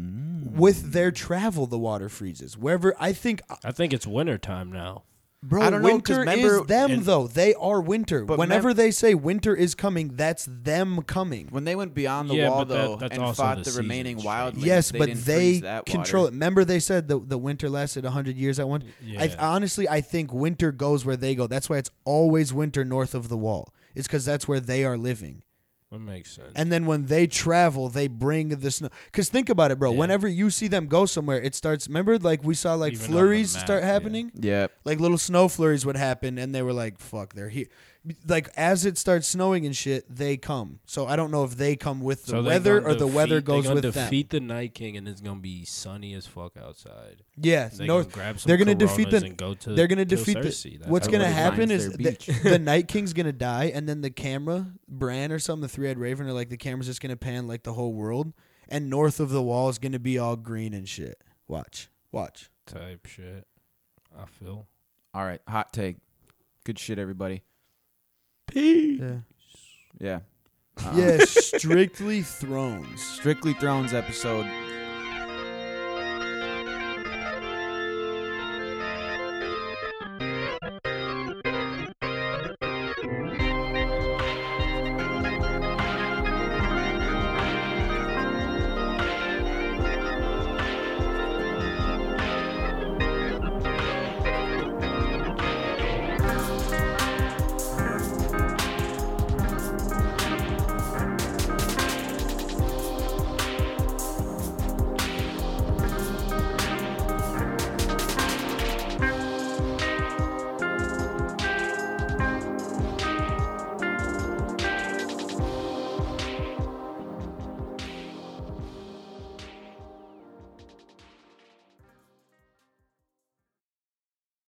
Speaker 2: With their travel, the water freezes wherever. I think,
Speaker 3: I think it's winter time now.
Speaker 2: bro,
Speaker 1: I don't know, 'cause
Speaker 2: winter
Speaker 1: remember-
Speaker 2: is them
Speaker 3: and-
Speaker 2: though. They are winter.
Speaker 1: But
Speaker 2: Whenever
Speaker 1: mem-
Speaker 2: they say winter is coming, that's them coming.
Speaker 1: When they went beyond the
Speaker 3: Yeah,
Speaker 1: wall
Speaker 3: but that-
Speaker 1: though
Speaker 3: that's
Speaker 1: and
Speaker 3: also
Speaker 1: fought
Speaker 3: the
Speaker 1: the,
Speaker 3: season
Speaker 1: remaining
Speaker 3: change.
Speaker 1: wildlings,
Speaker 2: Yes, but
Speaker 1: didn't
Speaker 2: they
Speaker 1: freeze that
Speaker 2: control
Speaker 1: water.
Speaker 2: it. Remember, they said the, the winter lasted 100 years at one. I
Speaker 3: Yeah.
Speaker 2: honestly, I think winter goes where they go. That's why it's always winter north of the wall. It's because that's where they are living.
Speaker 3: That makes sense.
Speaker 2: And then when they travel, they bring the snow. Because think about it, bro.
Speaker 3: Yeah.
Speaker 2: Whenever you see them go somewhere, it starts. Remember, like we saw like
Speaker 3: Even on the
Speaker 2: flurries
Speaker 3: map,
Speaker 2: start
Speaker 3: yeah.
Speaker 2: happening.
Speaker 1: Yep.
Speaker 2: Like little snow flurries would happen, and they were like, "Fuck, they're here." Like as it starts snowing and shit, they come. So I don't know if they come with the
Speaker 3: So they
Speaker 2: weather
Speaker 3: gonna
Speaker 2: or the weather
Speaker 3: defeat- they
Speaker 2: goes
Speaker 3: gonna
Speaker 2: with them.
Speaker 3: defeat the Night King, and it's gonna be sunny as fuck outside.
Speaker 2: Yeah,
Speaker 3: They
Speaker 2: north.
Speaker 3: gonna grab some
Speaker 2: they're gonna defeat
Speaker 3: Coronas
Speaker 2: the-
Speaker 3: and go to.
Speaker 2: they're gonna
Speaker 3: kill
Speaker 2: defeat the-
Speaker 3: Cersei. That's
Speaker 2: What's
Speaker 1: I
Speaker 3: how
Speaker 2: gonna
Speaker 1: would
Speaker 3: they
Speaker 2: happen
Speaker 1: find
Speaker 3: find
Speaker 2: is
Speaker 1: their
Speaker 2: the,
Speaker 1: beach.
Speaker 2: the Night King's gonna die, and then the camera, Bran or something, the Three Eyed Raven, or like the camera's just gonna pan like the whole world, and north of the wall is gonna be all green and shit. Watch, watch.
Speaker 3: type shit. I feel.
Speaker 1: All right. Hot take. Good shit, everybody.
Speaker 2: Yeah,
Speaker 1: Yeah. Uh,
Speaker 2: yeah. Strictly Thrones.
Speaker 1: Strictly Thrones episode.